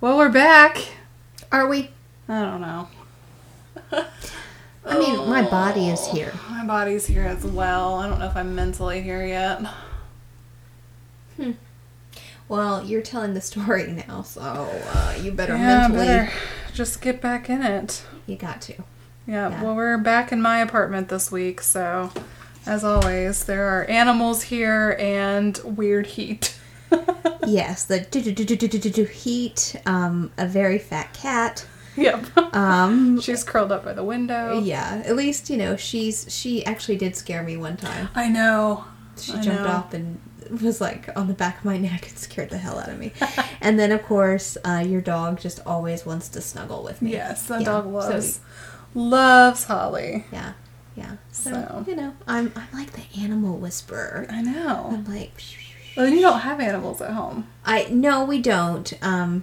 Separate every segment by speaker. Speaker 1: Well, we're back.
Speaker 2: Are we?
Speaker 1: I don't know.
Speaker 2: I mean, my body is here.
Speaker 1: My body's here as well. I don't know if I'm mentally here yet.
Speaker 2: Well, you're telling the story now, so uh, you better
Speaker 1: Yeah,
Speaker 2: mentally.
Speaker 1: better just get back in it.
Speaker 2: You got to.
Speaker 1: Yeah,
Speaker 2: Yeah.
Speaker 1: well, we're back in my apartment this week, so as always, there are animals here and weird heat.
Speaker 2: Yes, the do do do do do do do heat. Um, a very fat cat.
Speaker 1: yep.
Speaker 2: Um,
Speaker 1: She's curled up by the window.
Speaker 2: yeah. At least you know she's she actually did scare me one time.
Speaker 1: I know.
Speaker 2: She
Speaker 1: I
Speaker 2: jumped
Speaker 1: know.
Speaker 2: up and was like on the back of my neck and scared the hell out of me. and then, of course, uh, your dog just always wants to snuggle with me.
Speaker 1: Yes, that
Speaker 2: Yeah,
Speaker 1: dog
Speaker 2: so-
Speaker 1: loves loves Holly.
Speaker 2: Yeah, yeah. So,
Speaker 1: So.
Speaker 2: you know, I'm I'm like the animal whisperer.
Speaker 1: I know.
Speaker 2: I'm like, Oh,
Speaker 1: Well, you don't have animals at home.
Speaker 2: I no, we don't. Um,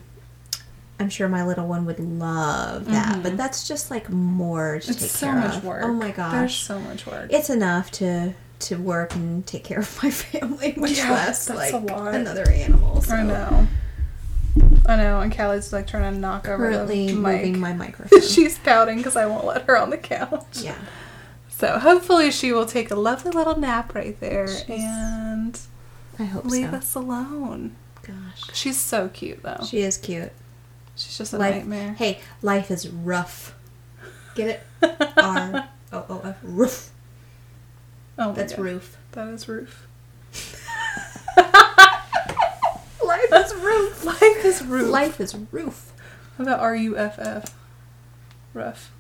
Speaker 2: I'm sure my little one would love that, but that's just like more to
Speaker 1: Mm-hmm. It's
Speaker 2: take
Speaker 1: so
Speaker 2: care
Speaker 1: much
Speaker 2: of.
Speaker 1: work.
Speaker 2: Oh my
Speaker 1: There's
Speaker 2: gosh,
Speaker 1: so much work.
Speaker 2: it's enough to to work and take care of my family, much
Speaker 1: Yeah,
Speaker 2: less like
Speaker 1: that's a lot.
Speaker 2: another animal. So.
Speaker 1: I know. I know. And Callie's like trying to knock over
Speaker 2: currently
Speaker 1: the mic.
Speaker 2: moving my microphone.
Speaker 1: She's pouting because I won't let her on the couch.
Speaker 2: yeah.
Speaker 1: So hopefully she will take a lovely little nap right there
Speaker 2: She's-
Speaker 1: and
Speaker 2: I hope
Speaker 1: leave
Speaker 2: so.
Speaker 1: us alone.
Speaker 2: Gosh.
Speaker 1: She's so cute though.
Speaker 2: She is cute.
Speaker 1: She's just a
Speaker 2: life
Speaker 1: nightmare.
Speaker 2: Hey, life is rough. Get it? R O O F roof.
Speaker 1: Oh my
Speaker 2: That's
Speaker 1: God.
Speaker 2: roof.
Speaker 1: That is roof.
Speaker 2: Life is roof.
Speaker 1: Life is roof.
Speaker 2: Life is roof.
Speaker 1: How about R U F F? Rough.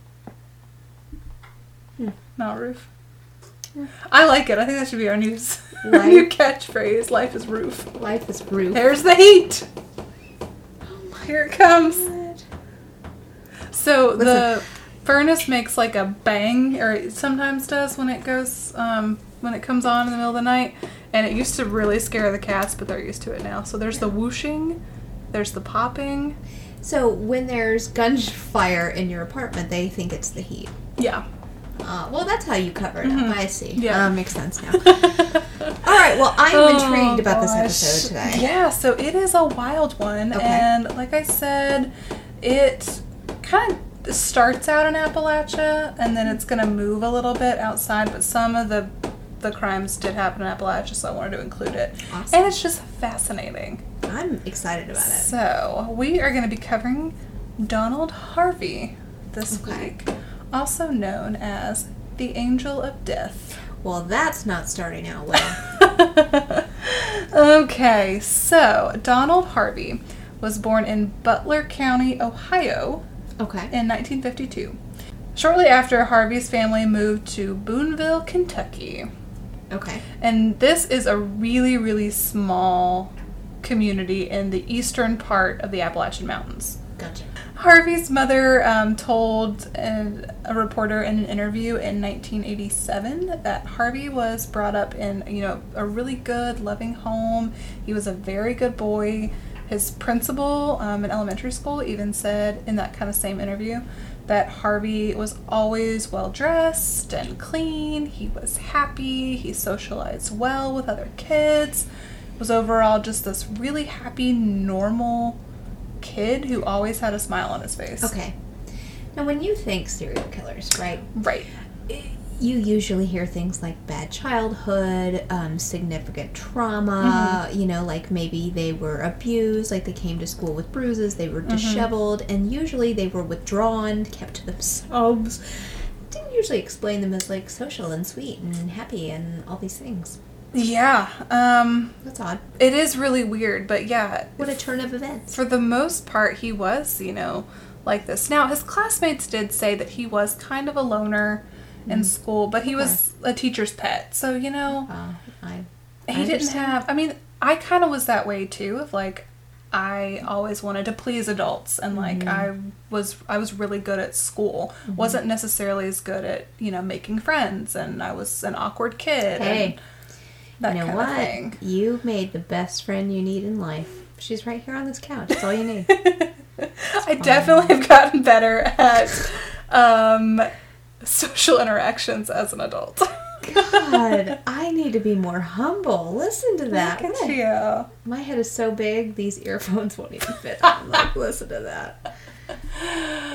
Speaker 2: Hmm.
Speaker 1: Not roof.
Speaker 2: Hmm.
Speaker 1: I like it. I think that should be our new, s- our
Speaker 2: Life-
Speaker 1: new catchphrase. Life is roof.
Speaker 2: Life is roof.
Speaker 1: There's the heat. Here it comes.
Speaker 2: God.
Speaker 1: So the furnace makes like a bang, or it sometimes does when it goes um, when it comes on in the middle of the night. And it used to really scare the cats, but they're used to it now. So there's the whooshing, there's the popping.
Speaker 2: So when there's gunfire in your apartment, they think it's the heat.
Speaker 1: Yeah.
Speaker 2: Uh, well, that's how you cover it
Speaker 1: Mhm.
Speaker 2: up. I see.
Speaker 1: Yeah.
Speaker 2: Uh, makes sense now. All right. Well, I'm intrigued about
Speaker 1: Oh gosh.
Speaker 2: this episode today.
Speaker 1: Yeah, so it is a wild one,
Speaker 2: Okay.
Speaker 1: and like I said, it kind of starts out in Appalachia, and then it's going to move a little bit outside. But some of the the crimes did happen in Appalachia, so I wanted to include it,
Speaker 2: Awesome.
Speaker 1: and it's just fascinating.
Speaker 2: I'm excited about it.
Speaker 1: So we are going to be covering Donald Harvey this
Speaker 2: Okay.
Speaker 1: week, also known as the Angel of Death.
Speaker 2: Well, that's not starting out well.
Speaker 1: okay, so Donald Harvey was born in Butler County, Ohio
Speaker 2: okay.
Speaker 1: in 1952. Shortly after, Harvey's family moved to Boonville, Kentucky.
Speaker 2: Okay.
Speaker 1: And this is a really, really small community in the eastern part of the Appalachian Mountains.
Speaker 2: Gotcha.
Speaker 1: Harvey's mother um, told a, a reporter in an interview in 1987 that Harvey was brought up in, you know, a really good, loving home. He was a very good boy. His principal um, in elementary school even said in that kind of same interview that Harvey was always well dressed and clean. He was happy. He socialized well with other kids. Was overall just this really happy, normal kid who always had a smile on his face.
Speaker 2: Okay. Now, when you think serial killers, right,
Speaker 1: Right.
Speaker 2: you usually hear things like bad childhood, um, significant trauma,
Speaker 1: Mm-hmm.
Speaker 2: you know, like maybe they were abused, like they came to school with bruises, they were
Speaker 1: Mm-hmm.
Speaker 2: disheveled, and usually they were withdrawn, kept to themselves. Didn't usually explain them as like social and sweet and happy and all these things.
Speaker 1: Yeah. Um
Speaker 2: That's odd.
Speaker 1: it is really weird, but yeah,
Speaker 2: What a turn of events.
Speaker 1: for the most part he was, you know, like this. Now, his classmates did say that he was kind of a loner in school, but he was a teacher's pet. So, you know,
Speaker 2: Uh, I, I
Speaker 1: he didn't
Speaker 2: understand.
Speaker 1: have I mean, I kind of was that way too of like I always wanted to please adults and like
Speaker 2: Mm-hmm.
Speaker 1: I was I was really good at school. Wasn't necessarily as good at, you know, making friends and I was an awkward kid
Speaker 2: Hey,
Speaker 1: and that
Speaker 2: um, you know
Speaker 1: kind
Speaker 2: what?
Speaker 1: of thing.
Speaker 2: You made the best friend you need in life. She's right here on this couch. That's all you need.
Speaker 1: I definitely have gotten better at um social interactions as an adult.
Speaker 2: God, I need to be more humble. Listen to that.
Speaker 1: Look
Speaker 2: What
Speaker 1: at
Speaker 2: a-
Speaker 1: you.
Speaker 2: My head is so big, these earphones won't even fit. I'm like, listen to that.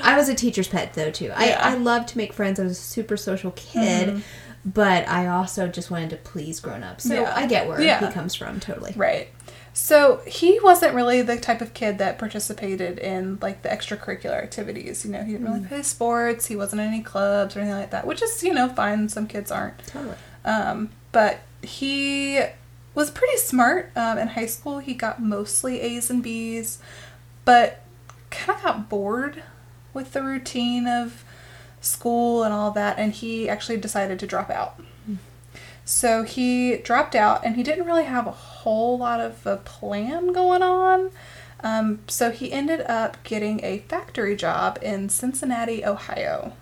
Speaker 2: I was a teacher's pet, though, too. I,
Speaker 1: Yeah.
Speaker 2: I loved to make friends. I was a super social kid, but I also just wanted to please grown ups. So
Speaker 1: Mm-hmm. Yeah.
Speaker 2: I get where
Speaker 1: Yeah.
Speaker 2: he comes from, totally.
Speaker 1: Right. So he wasn't really the type of kid that participated in like the extracurricular activities. You know, he didn't really play sports. He wasn't in any clubs or anything like that, which is you know fine. Some kids aren't.
Speaker 2: Totally.
Speaker 1: Um, but he was pretty smart um, in high school. He got mostly A's and B's, but kind of got bored with the routine of school and all that, and he actually decided to drop out. So he dropped out, and he didn't really have a whole lot of a plan going on. Um, so he ended up getting a factory job in Cincinnati, Ohio.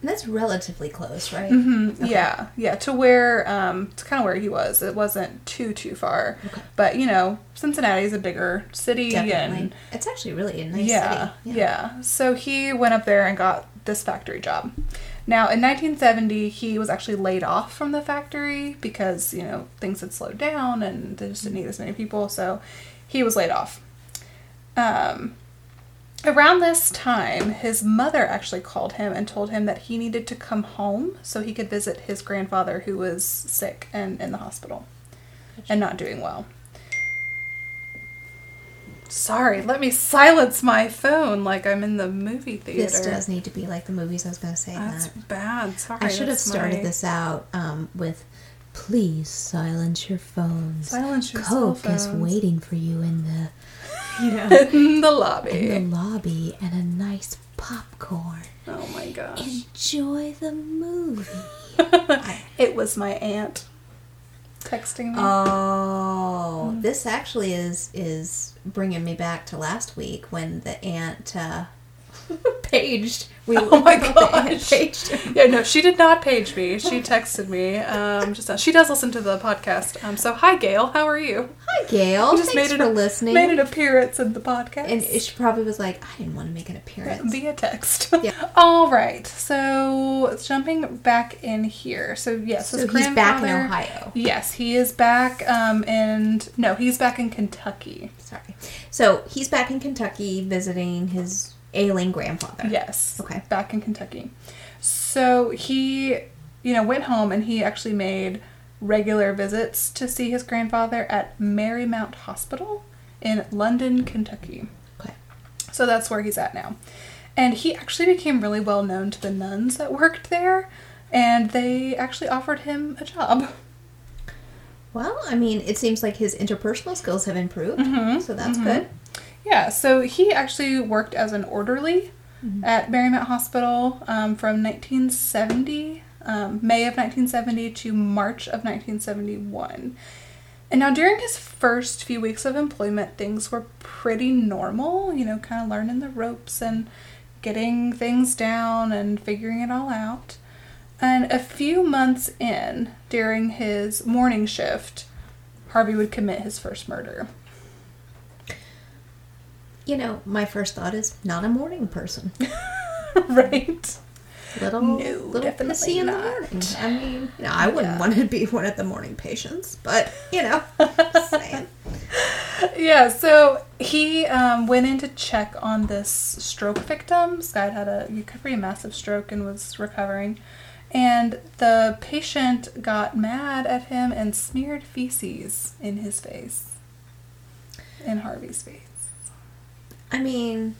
Speaker 2: And that's relatively close, right?
Speaker 1: Mm, Yeah, yeah, to where um, to kind of where he was. It wasn't too too far, but you know, Cincinnati's a bigger city,
Speaker 2: Definitely.
Speaker 1: and
Speaker 2: It's actually really a nice
Speaker 1: yeah,
Speaker 2: city.
Speaker 1: yeah, So he went up there and got this factory job. Now, in 1970, he was actually laid off from the factory because you know things had slowed down and they just didn't need as many people, so he was laid off. Um, Around this time, his mother actually called him and told him that he needed to come home so he could visit his grandfather who was sick and in the hospital and not doing well. Sorry, let me silence my phone like I'm in the movie theater.
Speaker 2: This does need to be like the movies I was going to say.
Speaker 1: That's
Speaker 2: that.
Speaker 1: bad. Sorry.
Speaker 2: I should have
Speaker 1: that's
Speaker 2: started
Speaker 1: my-
Speaker 2: this out um, with please silence your phones.
Speaker 1: Silence your cell
Speaker 2: Coke is
Speaker 1: phones."
Speaker 2: waiting for you in the
Speaker 1: in the lobby.
Speaker 2: in the lobby and a nice popcorn.
Speaker 1: oh my gosh.
Speaker 2: Enjoy the movie.
Speaker 1: It was my aunt texting me.
Speaker 2: Oh, this actually is is bringing me back to last week when the aunt uh, paged. We
Speaker 1: Oh my
Speaker 2: the aunt
Speaker 1: gosh.
Speaker 2: paged him.
Speaker 1: Yeah, no, she did not page me. She texted me. Um, just now. she does listen to the podcast. Um, so hi, Gail. How are you?
Speaker 2: Hi, Gail.
Speaker 1: Just
Speaker 2: Thanks for
Speaker 1: a-
Speaker 2: listening.
Speaker 1: Made an appearance in the podcast.
Speaker 2: and she probably was like, I didn't want to make an appearance.
Speaker 1: via text.
Speaker 2: Yeah.
Speaker 1: All right. So jumping back in here. So yes,
Speaker 2: So
Speaker 1: his
Speaker 2: he's back in
Speaker 1: grandfather-
Speaker 2: Ohio.
Speaker 1: Yes, he is back. Um, and no, he's back in Kentucky.
Speaker 2: Sorry. So he's back in Kentucky visiting his ailing grandfather.
Speaker 1: Yes.
Speaker 2: Okay.
Speaker 1: Back in Kentucky. So he, you know, went home and he actually made regular visits to see his grandfather at Marymount Hospital in London, Kentucky.
Speaker 2: Okay.
Speaker 1: So that's where he's at now. And he actually became really well known to the nuns that worked there, and they actually offered him a job.
Speaker 2: Well, I mean, it seems like his interpersonal skills have improved,
Speaker 1: Mm-hmm.
Speaker 2: Mm-hmm. so that's good.
Speaker 1: Yeah, so he actually worked as an orderly at Marymount Hospital um, from 1970, um, May of 1970 to March of 1971. And now, during his first few weeks of employment, things were pretty normal, you know, kind of learning the ropes and getting things down and figuring it all out. And a few months in, during his morning shift, Harvey would commit his first murder.
Speaker 2: You know, my first thought is not a morning person.
Speaker 1: right?
Speaker 2: Little,
Speaker 1: No,
Speaker 2: little
Speaker 1: definitely
Speaker 2: pussy in the
Speaker 1: not.
Speaker 2: morning. I mean, no, I wouldn't want to be one of the morning patients, but you know, just saying.
Speaker 1: yeah, so he um, went in to check on this stroke victim. This guy had had a pretty massive stroke and was recovering. And the patient got mad at him and smeared feces in his face, in Harvey's face.
Speaker 2: I mean,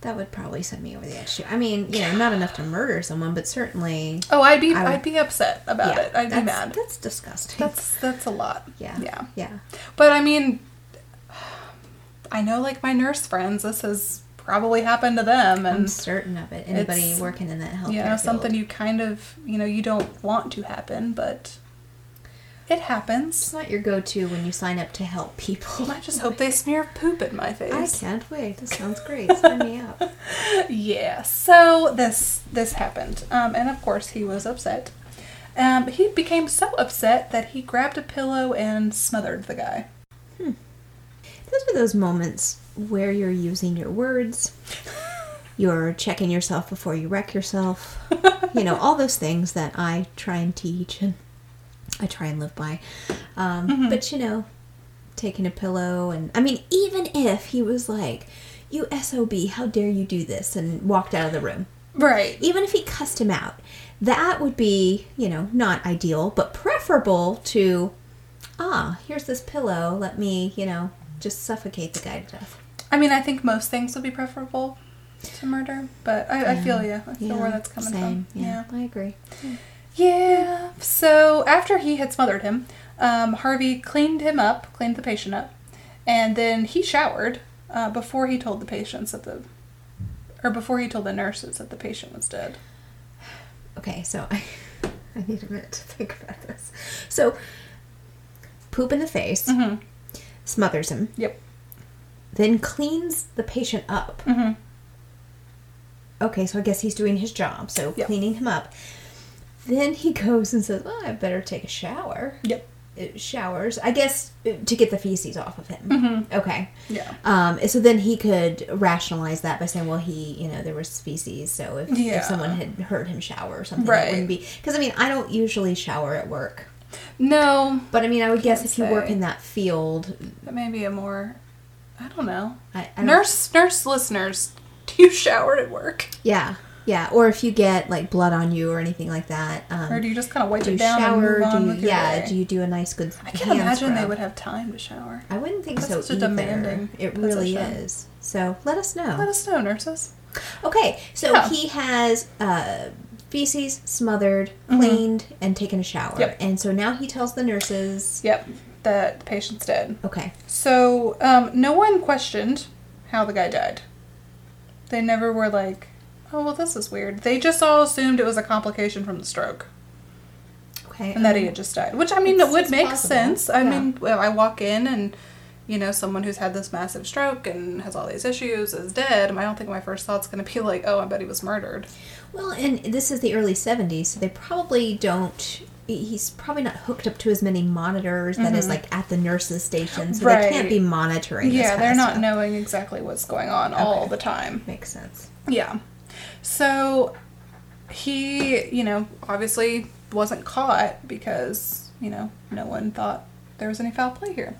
Speaker 2: that would probably send me over the edge. too. I mean, you know, not enough to murder someone, but certainly,
Speaker 1: Oh, I'd be
Speaker 2: I would-
Speaker 1: I'd be upset about
Speaker 2: yeah,
Speaker 1: it. I'd be
Speaker 2: that's-
Speaker 1: mad.
Speaker 2: That's disgusting.
Speaker 1: That's that's a lot.
Speaker 2: yeah,
Speaker 1: yeah.
Speaker 2: yeah.
Speaker 1: But I mean, I know like my nurse friends, this has probably happened to them, and
Speaker 2: I'm certain of it. Anybody
Speaker 1: Um, it's-
Speaker 2: working in that healthcare
Speaker 1: you know something
Speaker 2: field.
Speaker 1: you kind of you know you don't want to happen but It happens.
Speaker 2: It's not your go to when you sign up to help people.
Speaker 1: I just hope they smear poop in my face.
Speaker 2: I can't wait. This sounds great. Sign me up.
Speaker 1: yeah so this this happened um, and of course he was upset um, he became so upset that he grabbed a pillow and smothered the guy
Speaker 2: Those are those moments where you're using your words, you're checking yourself before you wreck yourself, you know, all those things that I try and teach and I try and live by. Um, But, you know, taking a pillow and, I mean, even if he was like, you SOB, how dare you do this, and walked out of the room,
Speaker 1: right
Speaker 2: even if he cussed him out, that would be, you know, not ideal, but preferable to, ah, here's this pillow, let me, you know, just suffocate the guy to death.
Speaker 1: i mean i think most things would be preferable to murder but i, I feel you i feel where that's coming
Speaker 2: same,
Speaker 1: from
Speaker 2: Yeah, I agree.
Speaker 1: Yeah. So after he had smothered him, um, Harvey cleaned him up, cleaned the patient up, and then he showered uh, before he told the patients that the, or before he told the nurses that the patient was dead.
Speaker 2: Okay, so I, I need a minute to think about this. So, poop in the face,
Speaker 1: Mm-hmm.
Speaker 2: smothers him,
Speaker 1: Yep.
Speaker 2: then cleans the patient up.
Speaker 1: Mm-hmm.
Speaker 2: Okay, so I guess he's doing his job, so
Speaker 1: Yep.
Speaker 2: cleaning him up. Then he goes and says, "Well, I better take a shower."
Speaker 1: Yep.
Speaker 2: uh, showers, I guess, uh, to get the feces off of him.
Speaker 1: Mm-hmm.
Speaker 2: Okay.
Speaker 1: Yeah.
Speaker 2: Um, so then he could rationalize that by saying, well, he, you know, there was feces, so if,
Speaker 1: Yeah.
Speaker 2: if someone had heard him shower or something,
Speaker 1: Right.
Speaker 2: it wouldn't be. Because, I mean, I don't usually shower at work.
Speaker 1: No,
Speaker 2: But, I mean, I would guess if you work
Speaker 1: say.
Speaker 2: in that field,
Speaker 1: that may be a more, I don't know.
Speaker 2: I, I don't,
Speaker 1: Nurse, nurse listeners, do you shower at work,
Speaker 2: Yeah. Yeah. Or if you get, like, blood on you or anything like that. Um,
Speaker 1: or do you just kind of wipe
Speaker 2: do
Speaker 1: it
Speaker 2: you
Speaker 1: down and
Speaker 2: shower?
Speaker 1: move
Speaker 2: Do
Speaker 1: on
Speaker 2: you,
Speaker 1: with your
Speaker 2: yeah.
Speaker 1: day?
Speaker 2: Do you do a nice, good
Speaker 1: I can't
Speaker 2: hand
Speaker 1: imagine they
Speaker 2: scrub?
Speaker 1: would have time to shower.
Speaker 2: I wouldn't think
Speaker 1: That's
Speaker 2: so
Speaker 1: such a
Speaker 2: either.
Speaker 1: demanding
Speaker 2: It
Speaker 1: position.
Speaker 2: really is. So let us know.
Speaker 1: Let us know, nurses.
Speaker 2: Okay, so
Speaker 1: Yeah.
Speaker 2: he has uh, feces smothered, cleaned, and taken a shower.
Speaker 1: Mm-hmm. Yep.
Speaker 2: And so now he tells the nurses,
Speaker 1: Yep, that the patient's dead.
Speaker 2: okay,
Speaker 1: So, um, no one questioned how the guy died. They never were like, oh, well, this is weird. They just all assumed it was a complication from the stroke
Speaker 2: okay.
Speaker 1: and that he had just died. Which, I mean,
Speaker 2: It's-
Speaker 1: it would
Speaker 2: it's
Speaker 1: make
Speaker 2: possible.
Speaker 1: sense. I
Speaker 2: Yeah.
Speaker 1: mean, well, I walk in and, you know, someone who's had this massive stroke and has all these issues is dead. I don't think my first thought's going to be like, oh, I bet he was murdered.
Speaker 2: Well, and this is the early 70s, so they probably don't. He's probably not hooked up to as many monitors that is like at the nurses' station, so they
Speaker 1: Mm-hmm. Right.
Speaker 2: can't be monitoring. this
Speaker 1: yeah,
Speaker 2: kind
Speaker 1: they're
Speaker 2: of
Speaker 1: not
Speaker 2: stuff.
Speaker 1: knowing exactly what's going on all
Speaker 2: Okay.
Speaker 1: the time.
Speaker 2: Makes sense.
Speaker 1: Yeah. So he, you know, obviously wasn't caught because, you know, no one thought there was any foul play here.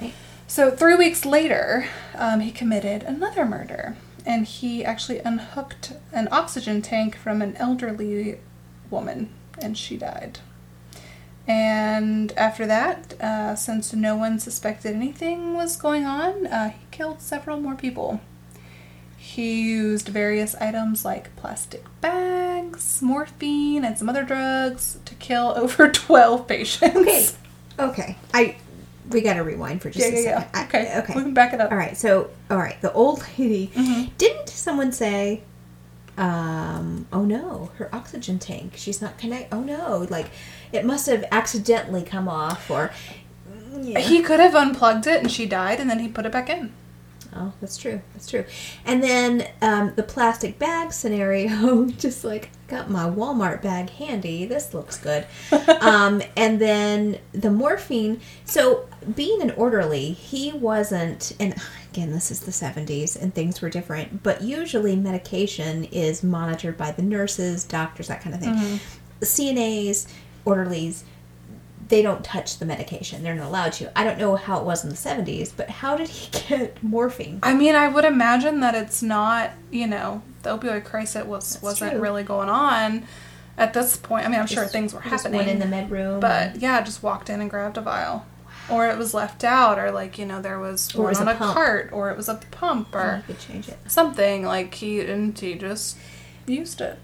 Speaker 2: Right.
Speaker 1: So three weeks later, um, he committed another murder. And he actually unhooked an oxygen tank from an elderly woman, and she died. And after that, uh, since no one suspected anything was going on, uh, he killed several more people. He used various items like plastic bags, morphine, and some other drugs to kill over 12
Speaker 2: Okay,
Speaker 1: patients.
Speaker 2: okay. I we got to rewind for just
Speaker 1: yeah,
Speaker 2: a
Speaker 1: yeah, yeah.
Speaker 2: second. I-
Speaker 1: okay.
Speaker 2: okay.
Speaker 1: We can back it up. Mm-hmm.
Speaker 2: All right, so all right, the old lady. Didn't someone say, um, "Oh no, her oxygen tank. She's not connect. Oh no, like it must have accidentally come off." Or yeah.
Speaker 1: He could have unplugged it and she died, and then he put it back in.
Speaker 2: oh, that's true. That's true. And then um, the plastic bag scenario, just like got my Walmart bag handy. This looks good. um, and then the morphine. So being an orderly, he wasn't. And again, this is the seventies, and things were different. But usually, medication is monitored by the nurses, doctors, that kind of thing. CNAs, orderlies. They don't touch the medication. They're not allowed to. I don't know how it was in the 70s, but how did he get morphine?
Speaker 1: I mean, I would imagine that it's not, you know, the opioid crisis was, wasn't
Speaker 2: true.
Speaker 1: really going on at this point. I mean, I'm sure things were
Speaker 2: Just
Speaker 1: happening.
Speaker 2: went in the med room.
Speaker 1: But yeah, just walked in and grabbed a vial. Or it was left out, or like, you know, there was
Speaker 2: Or it
Speaker 1: one
Speaker 2: was
Speaker 1: on
Speaker 2: a
Speaker 1: a, Mm-hmm.
Speaker 2: pump.
Speaker 1: cart, or it was a pump,
Speaker 2: and
Speaker 1: or
Speaker 2: he could change it.
Speaker 1: something. Like, he and he just used it.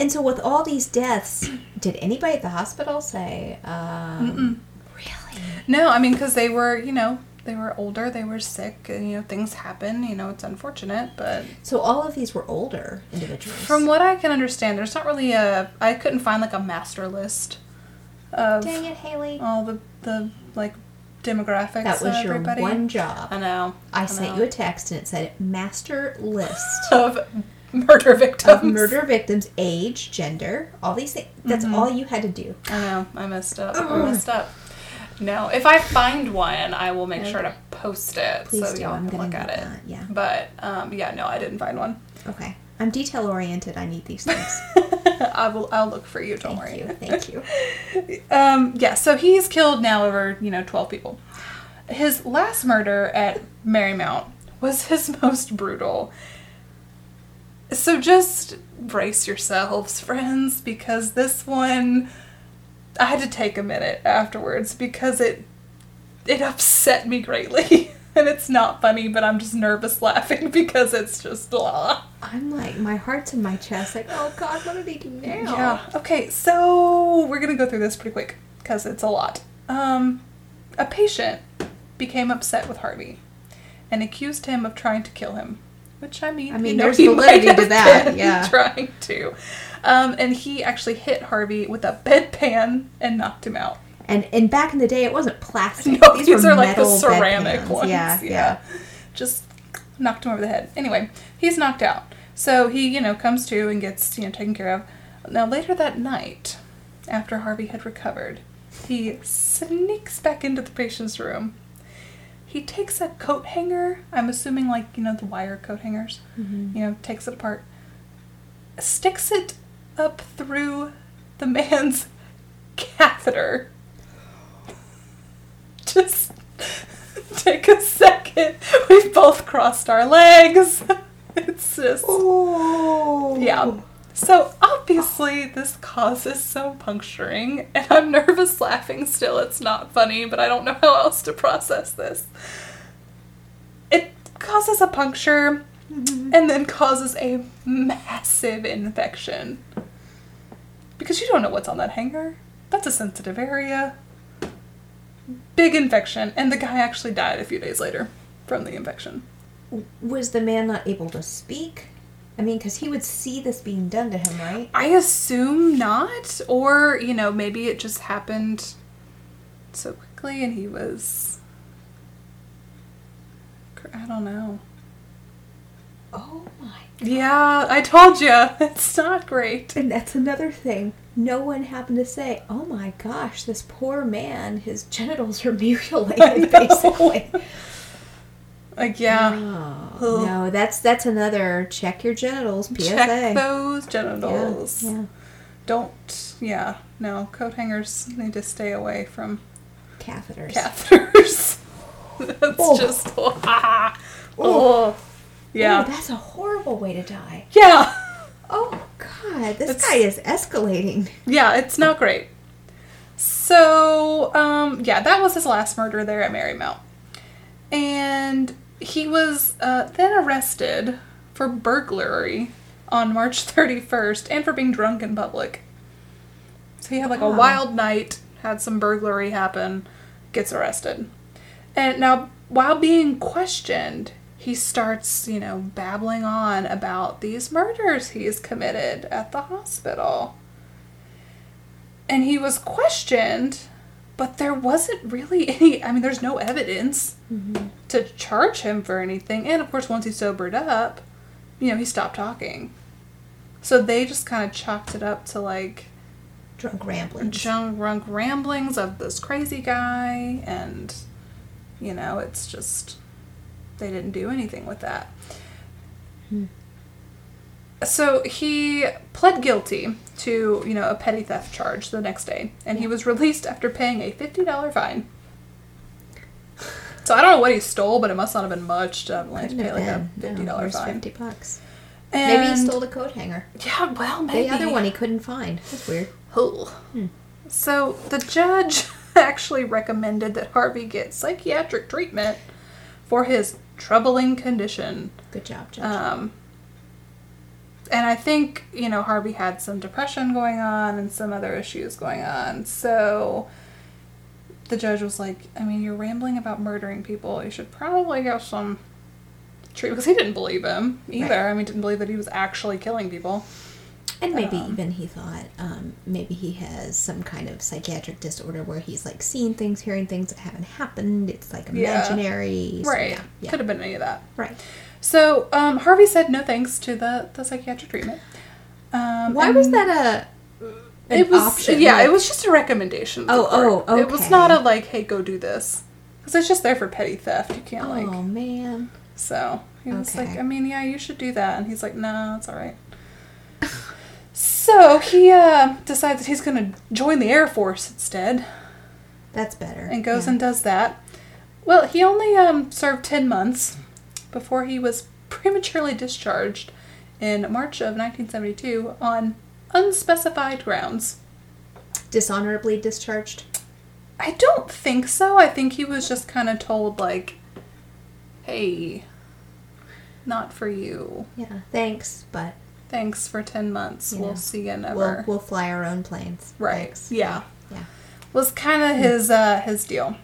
Speaker 2: And so, with all these deaths, did anybody at the hospital say, um, really?
Speaker 1: No, I mean, because they were, you know, they were older, they were sick, and, you know, things happen. You know, it's unfortunate, but
Speaker 2: So, all of these were older individuals.
Speaker 1: From what I can understand, there's not really a. I couldn't find like a master list of
Speaker 2: Dang it, Haley.
Speaker 1: all the the like demographics
Speaker 2: that was
Speaker 1: of
Speaker 2: your
Speaker 1: everybody. Um,
Speaker 2: one job.
Speaker 1: I know.
Speaker 2: I
Speaker 1: know.
Speaker 2: sent you a text and it said master list
Speaker 1: of murder victims.
Speaker 2: of murder victims, age, gender, all these things. That's
Speaker 1: Mm-hmm.
Speaker 2: all you had to do.
Speaker 1: I know. I messed up. I messed up. No, if I find one, I will make sure to post it
Speaker 2: Please
Speaker 1: so
Speaker 2: do.
Speaker 1: y'all
Speaker 2: I'm
Speaker 1: can
Speaker 2: gonna
Speaker 1: look
Speaker 2: need
Speaker 1: at it.
Speaker 2: that. Yeah.
Speaker 1: But um, yeah, no, I didn't find one.
Speaker 2: Okay. I'm detail oriented. I need these things.
Speaker 1: I will. I'll look for you. Don't
Speaker 2: Thank
Speaker 1: worry.
Speaker 2: you. Thank you.
Speaker 1: Um, yeah. So he's killed now over you know twelve people. His last murder at Marymount was his most brutal. So just brace yourselves, friends, because this one, I had to take a minute afterwards because it it upset me greatly. And it's not funny, but I'm just nervous laughing because it's just ah. blah.
Speaker 2: I'm like, my heart's in my chest. Like, oh God, what did he do now?
Speaker 1: Yeah. Okay, so we're gonna go through this pretty quick because it's a lot. Um, a patient became upset with Harvey and accused him of trying to kill him, which I mean,
Speaker 2: I
Speaker 1: you
Speaker 2: mean,
Speaker 1: know,
Speaker 2: there's
Speaker 1: he
Speaker 2: validity
Speaker 1: might
Speaker 2: to
Speaker 1: have
Speaker 2: that,
Speaker 1: been
Speaker 2: yeah.
Speaker 1: trying to. Um, and he actually hit Harvey with a bedpan and knocked him out.
Speaker 2: And and back in the day, it wasn't plastic.
Speaker 1: No, these, are like the
Speaker 2: metal
Speaker 1: ceramic
Speaker 2: bedpans.
Speaker 1: ones.
Speaker 2: Yeah, yeah.
Speaker 1: Just knocked him over the head. Anyway, he's knocked out. So he, you know, comes to and gets, you know, taken care of. Now, later that night, after Harvey had recovered, he sneaks back into the patient's room. He takes a coat hanger, I'm assuming, like, you know, the wire coat hangers, you know, takes it apart, sticks it up through the man's catheter just take a second. We've both crossed our legs. It's just
Speaker 2: Oh.
Speaker 1: yeah. So obviously this causes some puncturing, and I'm nervous laughing still. It's not funny, but I don't know how else to process this. It causes a puncture and then causes a massive infection. Because you don't know what's on that hanger. That's a sensitive area. Big infection, and the guy actually died a few days later from the infection.
Speaker 2: Was the man not able to speak? I mean, because he would see this being done to him, right?
Speaker 1: I assume not, or you know, maybe it just happened so quickly, and he was. I don't know.
Speaker 2: Oh my.
Speaker 1: Yeah, I told you, it's not great.
Speaker 2: And that's another thing. No one happened to say, "Oh my gosh, this poor man, his genitals are mutilated."
Speaker 1: I know.
Speaker 2: Basically.
Speaker 1: Like, yeah,
Speaker 2: Oh,
Speaker 1: Ugh.
Speaker 2: no, that's that's another check your genitals PSA.
Speaker 1: check those
Speaker 2: Yeah,
Speaker 1: genitals.
Speaker 2: yeah.
Speaker 1: Don't. Yeah, no, coat hangers need to stay away from
Speaker 2: Catheters.
Speaker 1: catheters. That's
Speaker 2: Oh.
Speaker 1: just. oh.
Speaker 2: Ooh,
Speaker 1: Yeah.
Speaker 2: that's a horrible way to die.
Speaker 1: Yeah.
Speaker 2: Oh God, this
Speaker 1: It's-
Speaker 2: guy is escalating.
Speaker 1: Yeah, it's not great. So, um, yeah, that was his last murder there at Marymount. And he was uh, then arrested for burglary on March 31st and for being drunk in public. So he had like a
Speaker 2: Wow.
Speaker 1: wild night, had some burglary happen, gets arrested. And now, while being questioned, he starts, you know, babbling on about these murders he's committed at the hospital and he was questioned, but there wasn't really any. I mean, there's no evidence to charge him for anything. And of course, once he sobered up, you know, he stopped talking. So they just kind of chopped it up to like
Speaker 2: Drunk rambling.
Speaker 1: junk drunk ramblings of this crazy guy, and you know, it's just they didn't do anything with that.
Speaker 2: Hmm.
Speaker 1: So he pled guilty to, you know, a petty theft charge the next day, and he was released after paying a fifty dollar fine. So I don't know what he stole, but it must not have been much to have like,
Speaker 2: Couldn't
Speaker 1: pay
Speaker 2: have
Speaker 1: like a
Speaker 2: been.
Speaker 1: fifty
Speaker 2: No,
Speaker 1: dollar
Speaker 2: where's
Speaker 1: fine.
Speaker 2: Fifty bucks.
Speaker 1: And,
Speaker 2: Maybe he stole the coat hanger.
Speaker 1: Yeah, well, maybe
Speaker 2: The other one he couldn't find. That's weird.
Speaker 1: Oh.
Speaker 2: Hmm.
Speaker 1: So the judge actually recommended that Harvey get psychiatric treatment for his troubling condition.
Speaker 2: Good job, Judge.
Speaker 1: Um, and I think, you know, Harvey had some depression going on and some other issues going on. So the judge was like, I mean, you're rambling about murdering people. You should probably get some treatment. Because he didn't believe him either. I mean, didn't believe that he was actually killing people.
Speaker 2: And maybe
Speaker 1: Um,
Speaker 2: even he thought um, maybe he has some kind of psychiatric disorder where he's like seeing things, hearing things that haven't happened. It's like
Speaker 1: Yeah.
Speaker 2: imaginary. So,
Speaker 1: Right.
Speaker 2: yeah, yeah.
Speaker 1: Could have been any of that.
Speaker 2: Right.
Speaker 1: So um, Harvey said no thanks to the, the psychiatric treatment. Um,
Speaker 2: Why
Speaker 1: and
Speaker 2: was that a an
Speaker 1: it was,
Speaker 2: option?
Speaker 1: Yeah,
Speaker 2: Like,
Speaker 1: it was just a recommendation.
Speaker 2: Oh,
Speaker 1: for it.
Speaker 2: oh,
Speaker 1: It was
Speaker 2: okay.
Speaker 1: not a like, hey, go do this, because it's just there for petty theft. You can't like.
Speaker 2: oh man.
Speaker 1: So he was
Speaker 2: Okay.
Speaker 1: like, I mean, yeah, you should do that. And he's like, no, it's all right. so he uh, decides that he's going to join the Air Force instead
Speaker 2: That's better.
Speaker 1: and goes
Speaker 2: Yeah.
Speaker 1: and does that. Well, he only um, served 10 months before he was prematurely discharged in March of 1972 on unspecified grounds.
Speaker 2: dishonorably discharged.
Speaker 1: I don't think so. I think he was just kind of told, like, hey, not for you.
Speaker 2: Yeah. Thanks, but
Speaker 1: Thanks for 10 months.
Speaker 2: Yeah.
Speaker 1: We'll see you never.
Speaker 2: we'll we'll fly our own planes.
Speaker 1: right.
Speaker 2: Thanks.
Speaker 1: Yeah.
Speaker 2: Yeah.
Speaker 1: Was kind of his uh his deal.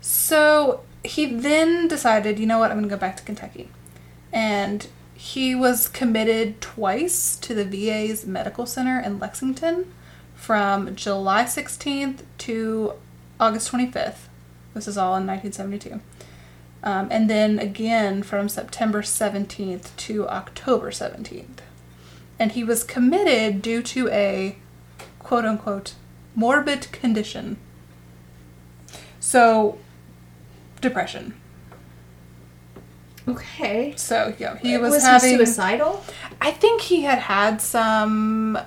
Speaker 1: So he then decided, you know what? I'm going to go back to Kentucky. And he was committed twice to the VA's medical center in Lexington from July 16th to August 25th. This is all in 1972. Um, and then again from September 17th to October 17th and he was committed due to a quote unquote morbid condition. So, depression.
Speaker 2: Okay.
Speaker 1: So, yeah, he
Speaker 2: It
Speaker 1: was,
Speaker 2: was he
Speaker 1: having.
Speaker 2: suicidal.
Speaker 1: I think he had had some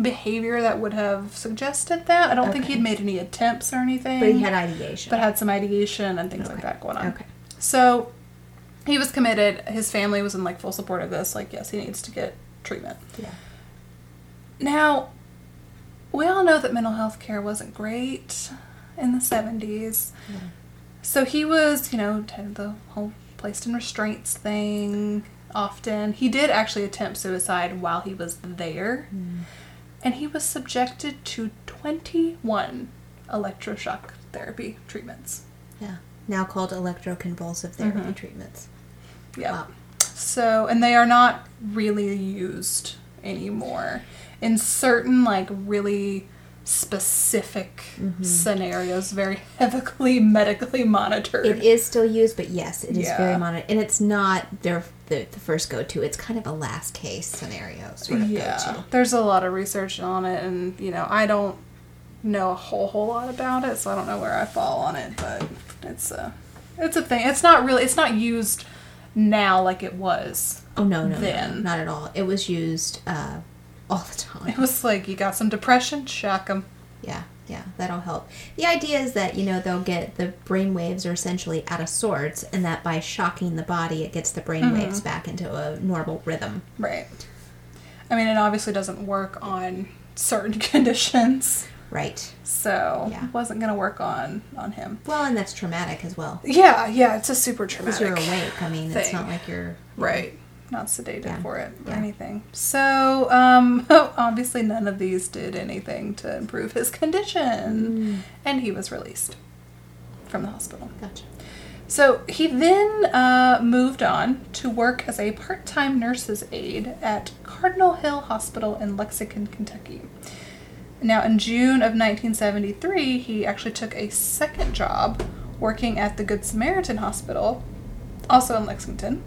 Speaker 1: behavior that would have suggested that. I don't think
Speaker 2: Okay.
Speaker 1: he'd made any attempts or anything.
Speaker 2: But he had ideation.
Speaker 1: but had some ideation and things like
Speaker 2: Okay.
Speaker 1: that going on.
Speaker 2: okay.
Speaker 1: So he was committed. His family was in like full support of this. Like, yes, he needs to get treatment.
Speaker 2: Yeah.
Speaker 1: Now, we all know that mental health care wasn't great in the 70s.
Speaker 2: No.
Speaker 1: So he was, you know, had the whole placed in restraints thing often. He did actually attempt suicide while he was there, and he was subjected to 21 electroshock therapy treatments.
Speaker 2: Yeah. Now called electroconvulsive therapy
Speaker 1: Mm-hmm.
Speaker 2: treatments.
Speaker 1: Yeah.
Speaker 2: Wow.
Speaker 1: So, and they are not really used anymore in certain, like, really specific
Speaker 2: Mm-hmm.
Speaker 1: scenarios, very heavily medically monitored.
Speaker 2: It is still used, but yes, it is
Speaker 1: Yeah.
Speaker 2: very monitored, and it's not their the, the first go to. It's kind of a last case scenario sort of
Speaker 1: yeah.
Speaker 2: go
Speaker 1: There's a lot of research on it, and, you know, I don't know a whole whole lot about it, so I don't know where I fall on it, but it's a, it's a thing. It's not really, it's not used now like it was.
Speaker 2: to. Oh no, no, no,
Speaker 1: Then.
Speaker 2: not at all. It was used uh, all the time.
Speaker 1: It was like, you got some depression, shock 'em.
Speaker 2: Yeah, yeah, that'll help. The idea is that, you know, they'll get the brain waves are essentially out of sorts, and that by shocking the body, it gets the brain
Speaker 1: Mm-hmm.
Speaker 2: waves back into a normal rhythm.
Speaker 1: Right. I mean, it obviously doesn't work on certain conditions,
Speaker 2: Right.
Speaker 1: so
Speaker 2: Yeah.
Speaker 1: it wasn't gonna work on on him.
Speaker 2: Well, and that's traumatic as well.
Speaker 1: Yeah, yeah, it's a super
Speaker 2: Because
Speaker 1: traumatic.
Speaker 2: you're awake. I mean, it's
Speaker 1: thing.
Speaker 2: not like you're.
Speaker 1: Right. Not sedated
Speaker 2: Yeah.
Speaker 1: for it or
Speaker 2: Yeah.
Speaker 1: anything. So, um, obviously, none of these did anything to improve his condition, and he was released from the hospital.
Speaker 2: Gotcha.
Speaker 1: So he then uh, moved on to work as a part time nurse's aide at Cardinal Hill Hospital in Lexington, Kentucky. Now, in June of 1973, he actually took a second job working at the Good Samaritan Hospital, also in Lexington.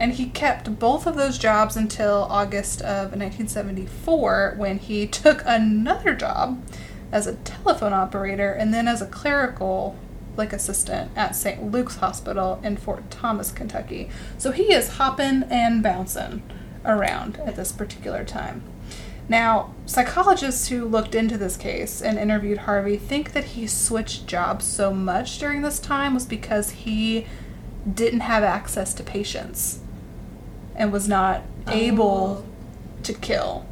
Speaker 1: And he kept both of those jobs until August of 1974 when he took another job as a telephone operator and then as a clerical like assistant at St. Luke's Hospital in Fort Thomas, Kentucky. So he is hopping and bouncing around at this particular time. Now, psychologists who looked into this case and interviewed Harvey think that he switched jobs so much during this time was because he didn't have access to patients and was not
Speaker 2: Oh.
Speaker 1: able to kill.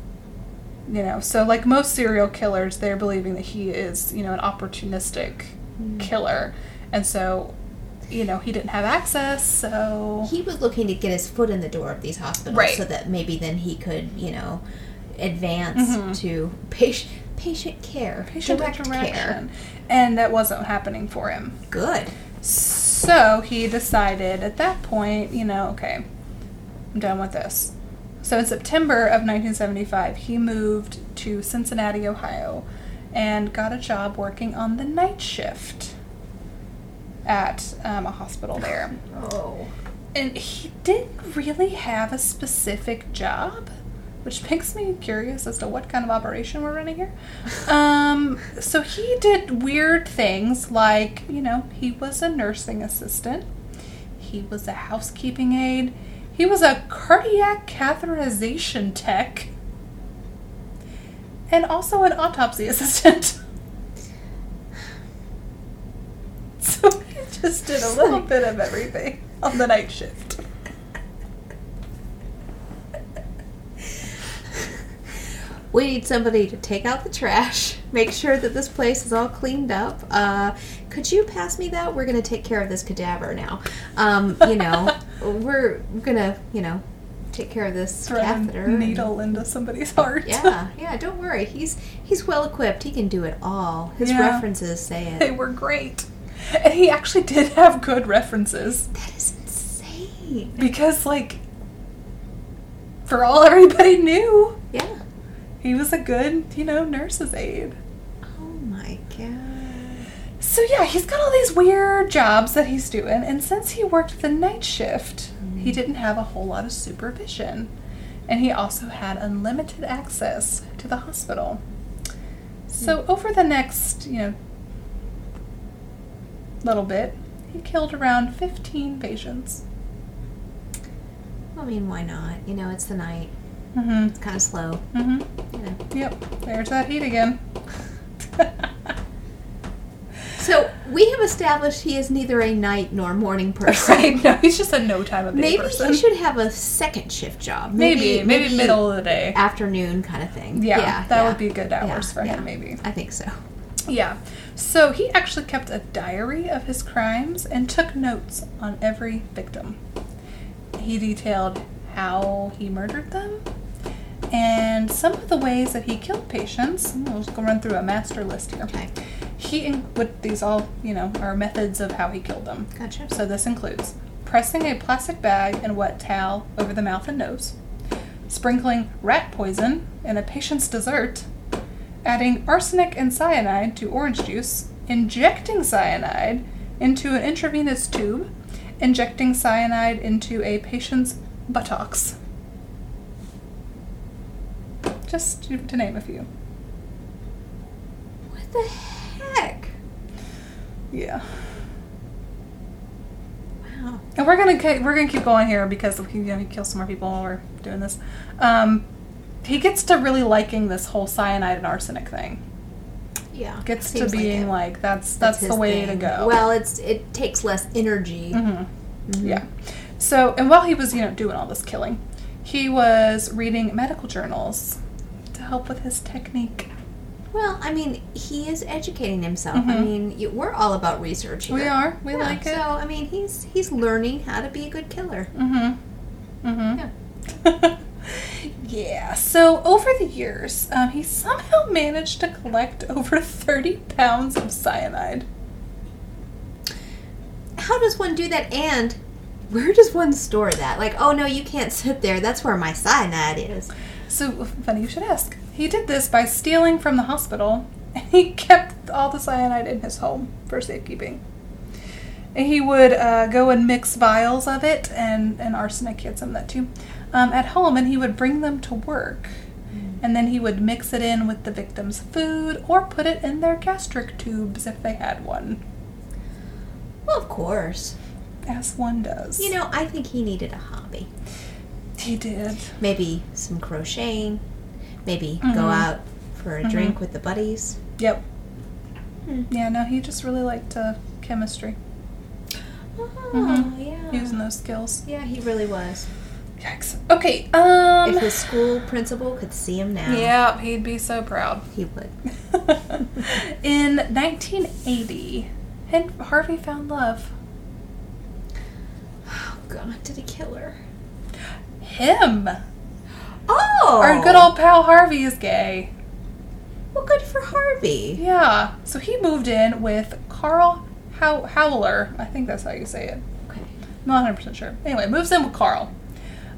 Speaker 1: You know, so like most serial killers, they're believing that he is, you know, an opportunistic
Speaker 2: Hmm.
Speaker 1: killer. And so, you know, he didn't have access, so.
Speaker 2: He was looking to get his foot in the door of these hospitals
Speaker 1: Right.
Speaker 2: so that maybe then he could, you know, advance to patient, patient care.
Speaker 1: Mm-hmm. patient
Speaker 2: direct
Speaker 1: interaction. And that wasn't happening for him.
Speaker 2: Good.
Speaker 1: So he decided at that point, you know, okay, I'm done with this. So in September of 1975, he moved to Cincinnati, Ohio, and got a job working on the night shift at um, a hospital there.
Speaker 2: Oh.
Speaker 1: And he didn't really have a specific job, which makes me curious as to what kind of operation we're running here. Um, so he did weird things like, you know, he was a nursing assistant, he was a housekeeping aide, he was a cardiac catheterization tech, and also an autopsy assistant. so he just did a little bit of everything on the night shift.
Speaker 2: We need somebody to take out the trash, make sure that this place is all cleaned up. Uh, could you pass me that? We're gonna take care of this cadaver now. Um, you know, we're gonna, you know, take care of this
Speaker 1: Throw
Speaker 2: catheter.
Speaker 1: a
Speaker 2: and-
Speaker 1: needle into somebody's heart.
Speaker 2: Yeah, yeah. Don't worry. He's he's well equipped. He can do it all. His
Speaker 1: Yeah.
Speaker 2: references say
Speaker 1: they
Speaker 2: it.
Speaker 1: were great. And he actually did have good references
Speaker 2: That is insane.
Speaker 1: because, like, for all everybody knew,
Speaker 2: Yeah.
Speaker 1: he was a good, you know, nurse's aide.
Speaker 2: Oh my god.
Speaker 1: So, yeah, he's got all these weird jobs that he's doing, and since he worked the night shift, he didn't have a whole lot of supervision. And he also had unlimited access to the hospital. So, over the next, you know, little bit, he killed around 15 patients.
Speaker 2: I mean, why not? You know, it's the night.
Speaker 1: Mm
Speaker 2: It's kind of slow.
Speaker 1: hmm. Mm hmm.
Speaker 2: You know.
Speaker 1: Yep, there's that heat again.
Speaker 2: So we have established he is neither a night nor morning person.
Speaker 1: right, no, he's just a no time of day
Speaker 2: Maybe
Speaker 1: person.
Speaker 2: he should have a second shift job.
Speaker 1: maybe, maybe, middle of the day.
Speaker 2: afternoon kind of thing.
Speaker 1: Yeah, that
Speaker 2: yeah.
Speaker 1: would be good hours
Speaker 2: Yeah,
Speaker 1: for
Speaker 2: yeah.
Speaker 1: him, maybe.
Speaker 2: I think so.
Speaker 1: Yeah. So he actually kept a diary of his crimes and took notes on every victim. He detailed how he murdered them and some of the ways that he killed patients. We'll just go run through a master list here.
Speaker 2: Okay,
Speaker 1: He in- with these all, you know, are methods of how he killed them.
Speaker 2: gotcha.
Speaker 1: So this includes pressing a plastic bag and wet towel over the mouth and nose, sprinkling rat poison in a patient's dessert, adding arsenic and cyanide to orange juice, injecting cyanide into an intravenous tube, injecting cyanide into a patient's buttocks. Just to, to name a few.
Speaker 2: What the heck?
Speaker 1: Yeah.
Speaker 2: Wow.
Speaker 1: And we're gonna ke- we're gonna keep going here because we you know, kill some more people while we're doing this. Um, he gets to really liking this whole cyanide and arsenic thing.
Speaker 2: Yeah.
Speaker 1: Gets
Speaker 2: seems
Speaker 1: to being
Speaker 2: it.
Speaker 1: like, that's that's, the
Speaker 2: his
Speaker 1: way
Speaker 2: thing.
Speaker 1: to go.
Speaker 2: Well, mm-hmm. it's it takes less energy.
Speaker 1: hmm yeah. So and while he was you know doing all this killing, he was reading medical journals to help with his technique.
Speaker 2: Well, I mean, he is educating himself. I
Speaker 1: Mhm.
Speaker 2: mean, you, we're all about research here.
Speaker 1: We are we
Speaker 2: Yeah,
Speaker 1: like it.
Speaker 2: So, I mean, he's he's learning how to be a good killer.
Speaker 1: Mm-hmm. Mm-hmm. yeah. So over the years, um, he somehow managed to collect over thirty pounds of cyanide.
Speaker 2: How does one do that? And where does one store that? Like, oh no, you can't sit there. That's where my cyanide is.
Speaker 1: So funny you should ask. He did this by stealing from the hospital, and he kept all the cyanide in his home for safekeeping. And he would uh, go and mix vials of it, and, and arsenic, he had some of that too, um, at home, and he would bring them to work. And then he would mix it in with the victim's food or put it in their gastric tubes if they had one,
Speaker 2: Well, of course.
Speaker 1: as one does.
Speaker 2: You know, I think he needed a hobby.
Speaker 1: he did.
Speaker 2: Maybe some crocheting. Maybe go
Speaker 1: Mhm.
Speaker 2: out for a
Speaker 1: Mhm.
Speaker 2: drink with the buddies.
Speaker 1: Yep.
Speaker 2: Hmm.
Speaker 1: Yeah, no, he just really liked uh, chemistry,
Speaker 2: Oh,
Speaker 1: Mhm.
Speaker 2: yeah.
Speaker 1: using those skills.
Speaker 2: yeah, he really was.
Speaker 1: Yikes. Okay. Um.
Speaker 2: if his school principal could see him now,
Speaker 1: yeah, he'd be so proud.
Speaker 2: he would.
Speaker 1: In 1980, Hen- Harvey found love.
Speaker 2: Oh God, did he kill her?
Speaker 1: Him.
Speaker 2: Oh,
Speaker 1: Our good old pal Harvey is gay.
Speaker 2: Well, good for Harvey.
Speaker 1: Yeah. So he moved in with Carl How- Howler. I think that's how you say it.
Speaker 2: Okay.
Speaker 1: I'm not 100% sure. Anyway, moves in with Carl.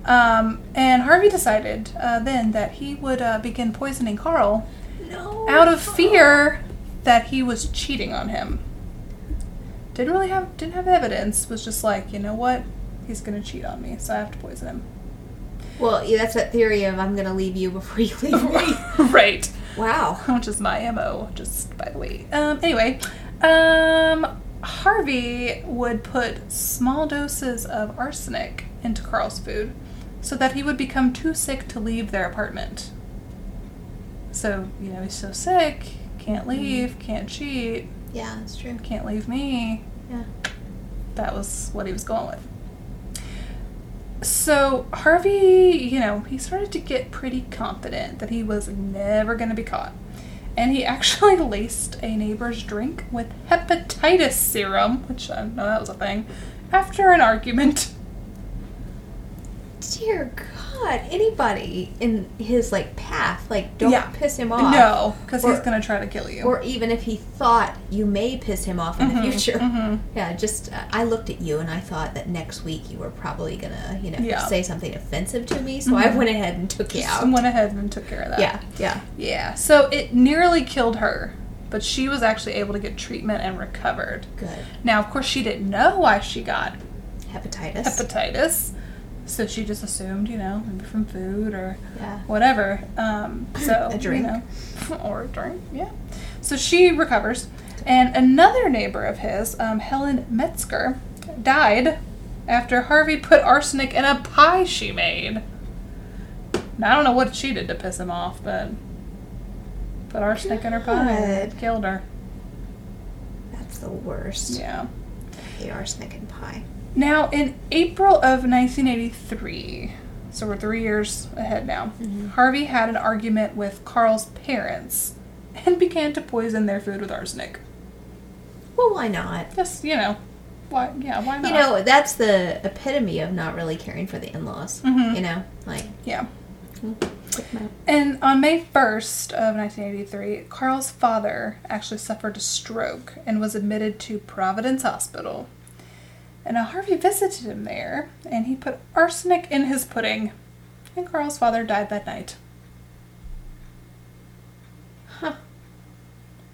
Speaker 1: Um, and Harvey decided uh, then that he would uh, begin poisoning Carl
Speaker 2: No. uh-uh.
Speaker 1: out of fear that he was cheating on him. Didn't really have didn't have evidence. Was just like you know what, he's gonna cheat on me, so I have to poison him.
Speaker 2: Well, yeah, that's that theory of I'm gonna leave you before you leave me.
Speaker 1: right.
Speaker 2: wow.
Speaker 1: Which is my mo. Just by the way. Um. Anyway, um, Harvey would put small doses of arsenic into Carl's food, so that he would become too sick to leave their apartment. So you know he's so sick, can't leave, can't cheat.
Speaker 2: Yeah, that's true.
Speaker 1: can't leave me.
Speaker 2: Yeah.
Speaker 1: That was what he was going with. So Harvey, you know, he started to get pretty confident that he was never going to be caught. And he actually laced a neighbor's drink with hepatitis serum, which I didn't know that was a thing, after an argument.
Speaker 2: Dear God, anybody in his like path, like don't
Speaker 1: Yeah.
Speaker 2: piss him off.
Speaker 1: No, because he's
Speaker 2: Or-
Speaker 1: going to try to kill you.
Speaker 2: Or even if he thought you may piss him off in the future.
Speaker 1: Mhm.
Speaker 2: Yeah, just uh, I looked at you and I thought that next week you were probably gonna, you know,
Speaker 1: Yeah. Mm-hmm.
Speaker 2: say something offensive to me, so I went ahead and took you
Speaker 1: Just
Speaker 2: out.
Speaker 1: went ahead and took care of that.
Speaker 2: Yeah, yeah.
Speaker 1: Yeah. So it nearly killed her, but she was actually able to get treatment and recovered.
Speaker 2: Good.
Speaker 1: Now, of course, she didn't know why she got
Speaker 2: Hepatitis.
Speaker 1: hepatitis, so she just assumed, you know, maybe from food or
Speaker 2: yeah.
Speaker 1: whatever. Um, so
Speaker 2: A drink.
Speaker 1: you know, or a drink, yeah. So she recovers, and another neighbor of his, um, Helen Metzger, died after Harvey put arsenic in a pie she made. Now, I don't know what she did to piss him off, but put arsenic in her pie and it
Speaker 2: God.
Speaker 1: killed her.
Speaker 2: That's the worst.
Speaker 1: Yeah.
Speaker 2: The arsenic and pie.
Speaker 1: Now, in April of 1983, so we're three years ahead now,
Speaker 2: Mm-hmm.
Speaker 1: Harvey had an argument with Carl's parents and began to poison their food with arsenic.
Speaker 2: Well, why not?
Speaker 1: Just, you know, why, yeah, why not?
Speaker 2: You know, that's the epitome of not really caring for the in-laws.
Speaker 1: Mhm.
Speaker 2: You know, like
Speaker 1: yeah.
Speaker 2: kick 'em out.
Speaker 1: And on May 1st of 1983, Carl's father actually suffered a stroke and was admitted to Providence Hospital. And now Harvey visited him there, and he put arsenic in his pudding. And Carl's father died that night.
Speaker 2: Huh.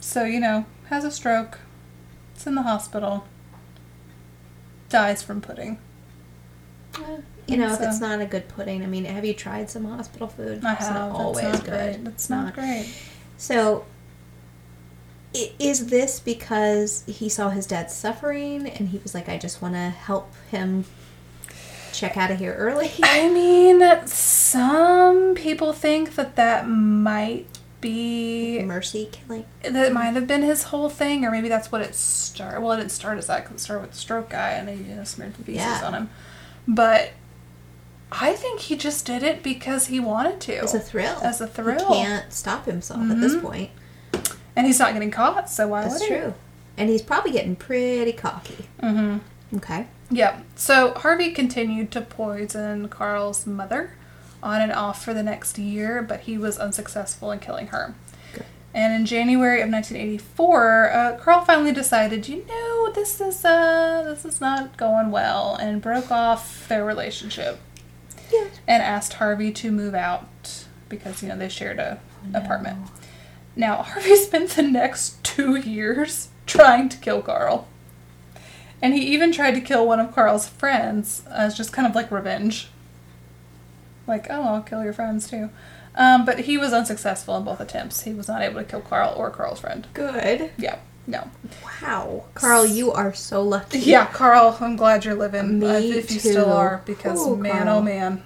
Speaker 1: So, you know, has a stroke, it's in the hospital, dies from pudding.
Speaker 2: Well, You know, if
Speaker 1: So-
Speaker 2: it's not a good pudding, I mean, have you tried some hospital food?
Speaker 1: I
Speaker 2: it's
Speaker 1: have.
Speaker 2: not
Speaker 1: it's
Speaker 2: always
Speaker 1: not
Speaker 2: good.
Speaker 1: Great. It's not great.
Speaker 2: So, i- is this because he saw his dad suffering and he was like, I just want to help him check out of here early?
Speaker 1: I mean, some people think that that might be
Speaker 2: Mercy killing.
Speaker 1: that might have been his whole thing, or maybe that's what it started. Well, it didn't start as that 'cause it started with the stroke guy, and they you know, smeared the pieces
Speaker 2: Yeah.
Speaker 1: on him. But I think he just did it because he wanted to.
Speaker 2: It's a thrill.
Speaker 1: As a thrill.
Speaker 2: He can't stop himself at this
Speaker 1: Mhm.
Speaker 2: point.
Speaker 1: and he's not getting caught, so why
Speaker 2: That's
Speaker 1: would
Speaker 2: true. And he's probably getting pretty cocky.
Speaker 1: he? Mm-hmm.
Speaker 2: Okay.
Speaker 1: Yeah. So Harvey continued to poison Carl's mother on and off for the next year, but he was unsuccessful in killing her.
Speaker 2: Good.
Speaker 1: And in January of 1984, uh, Carl finally decided, you know, this is uh, this is not going well, and broke off their relationship
Speaker 2: Yeah.
Speaker 1: and asked Harvey to move out because you know they shared a apartment. Now Harvey spent the next two years trying to kill Carl, and he even tried to kill one of Carl's friends as just kind of like revenge. Like, oh, I'll kill your friends too. Um, but he was unsuccessful in both attempts. He was not able to kill Carl or Carl's friend.
Speaker 2: Good.
Speaker 1: Yeah, no.
Speaker 2: Wow. Carl, you are so lucky.
Speaker 1: Yeah, Carl, I'm glad you're living.
Speaker 2: Me
Speaker 1: uh, if you
Speaker 2: too.
Speaker 1: still are, because
Speaker 2: Ooh,
Speaker 1: man,
Speaker 2: Carl.
Speaker 1: oh man.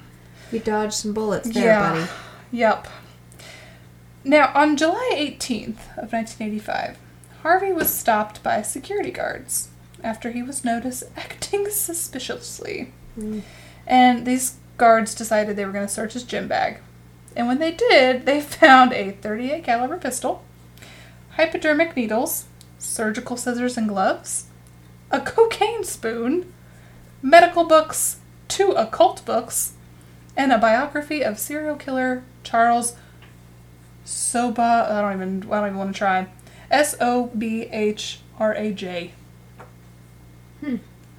Speaker 2: You dodged some bullets there, buddy.
Speaker 1: Yep. Now, on July 18th of 1985, Harvey was stopped by security guards after he was noticed acting suspiciously.
Speaker 2: Mm.
Speaker 1: And these guards decided they were going to search his gym bag. And when they did, they found a 38 caliber pistol, hypodermic needles, surgical scissors and gloves, a cocaine spoon, medical books, two occult books, and a biography of serial killer Charles Soba. I don't even. I don't even want to try. S O B H R A J.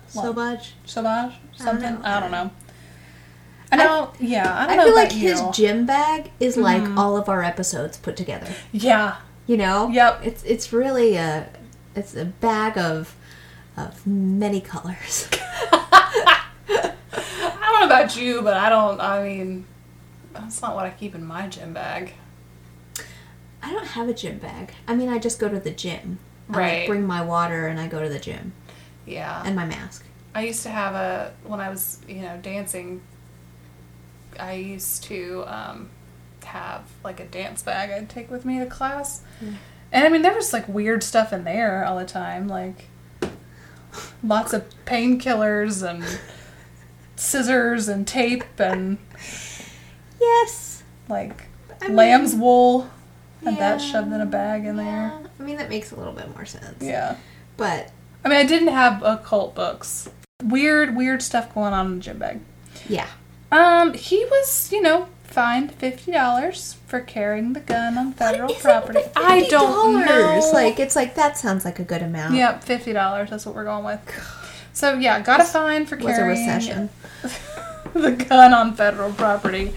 Speaker 2: So much.
Speaker 1: Sobage.
Speaker 2: I don't
Speaker 1: Something.
Speaker 2: know.
Speaker 1: I don't know. I don't. yeah, I
Speaker 2: I,
Speaker 1: don't know
Speaker 2: feel like
Speaker 1: about you. Mm-hmm.
Speaker 2: his gym bag is like all of our episodes put together.
Speaker 1: yeah,
Speaker 2: You know?
Speaker 1: Yep.
Speaker 2: It's it's really a it's a bag of of many colors.
Speaker 1: I don't know about you, but I don't. I mean, that's not what I keep in my gym bag.
Speaker 2: I don't have a gym bag. I mean, I just go to the gym. I, like,
Speaker 1: Right.
Speaker 2: bring my water and I go to the gym
Speaker 1: Yeah,
Speaker 2: and my mask.
Speaker 1: I used to have a when I was you know dancing. I used to um, have like a dance bag I'd take with me to class,
Speaker 2: Hmm.
Speaker 1: and I mean there was like weird stuff in there all the time, like lots of painkillers and scissors and tape and
Speaker 2: Yes.
Speaker 1: like
Speaker 2: I mean-
Speaker 1: lamb's wool. Had that
Speaker 2: Yeah.
Speaker 1: shoved in a bag in there.
Speaker 2: Yeah. I mean, that makes a little bit more sense.
Speaker 1: Yeah.
Speaker 2: But
Speaker 1: I mean, I didn't have occult books. Weird, weird stuff going on in the gym bag.
Speaker 2: yeah.
Speaker 1: Um, he was, you know, fined fifty dollars for carrying the gun on federal
Speaker 2: What is it
Speaker 1: property.
Speaker 2: with the
Speaker 1: I don't
Speaker 2: $50?
Speaker 1: know.
Speaker 2: Like it's like that sounds like a good amount.
Speaker 1: yep, fifty dollars. That's what we're going with. So yeah, got a fine for
Speaker 2: Was a
Speaker 1: carrying
Speaker 2: recession.
Speaker 1: the gun on federal property.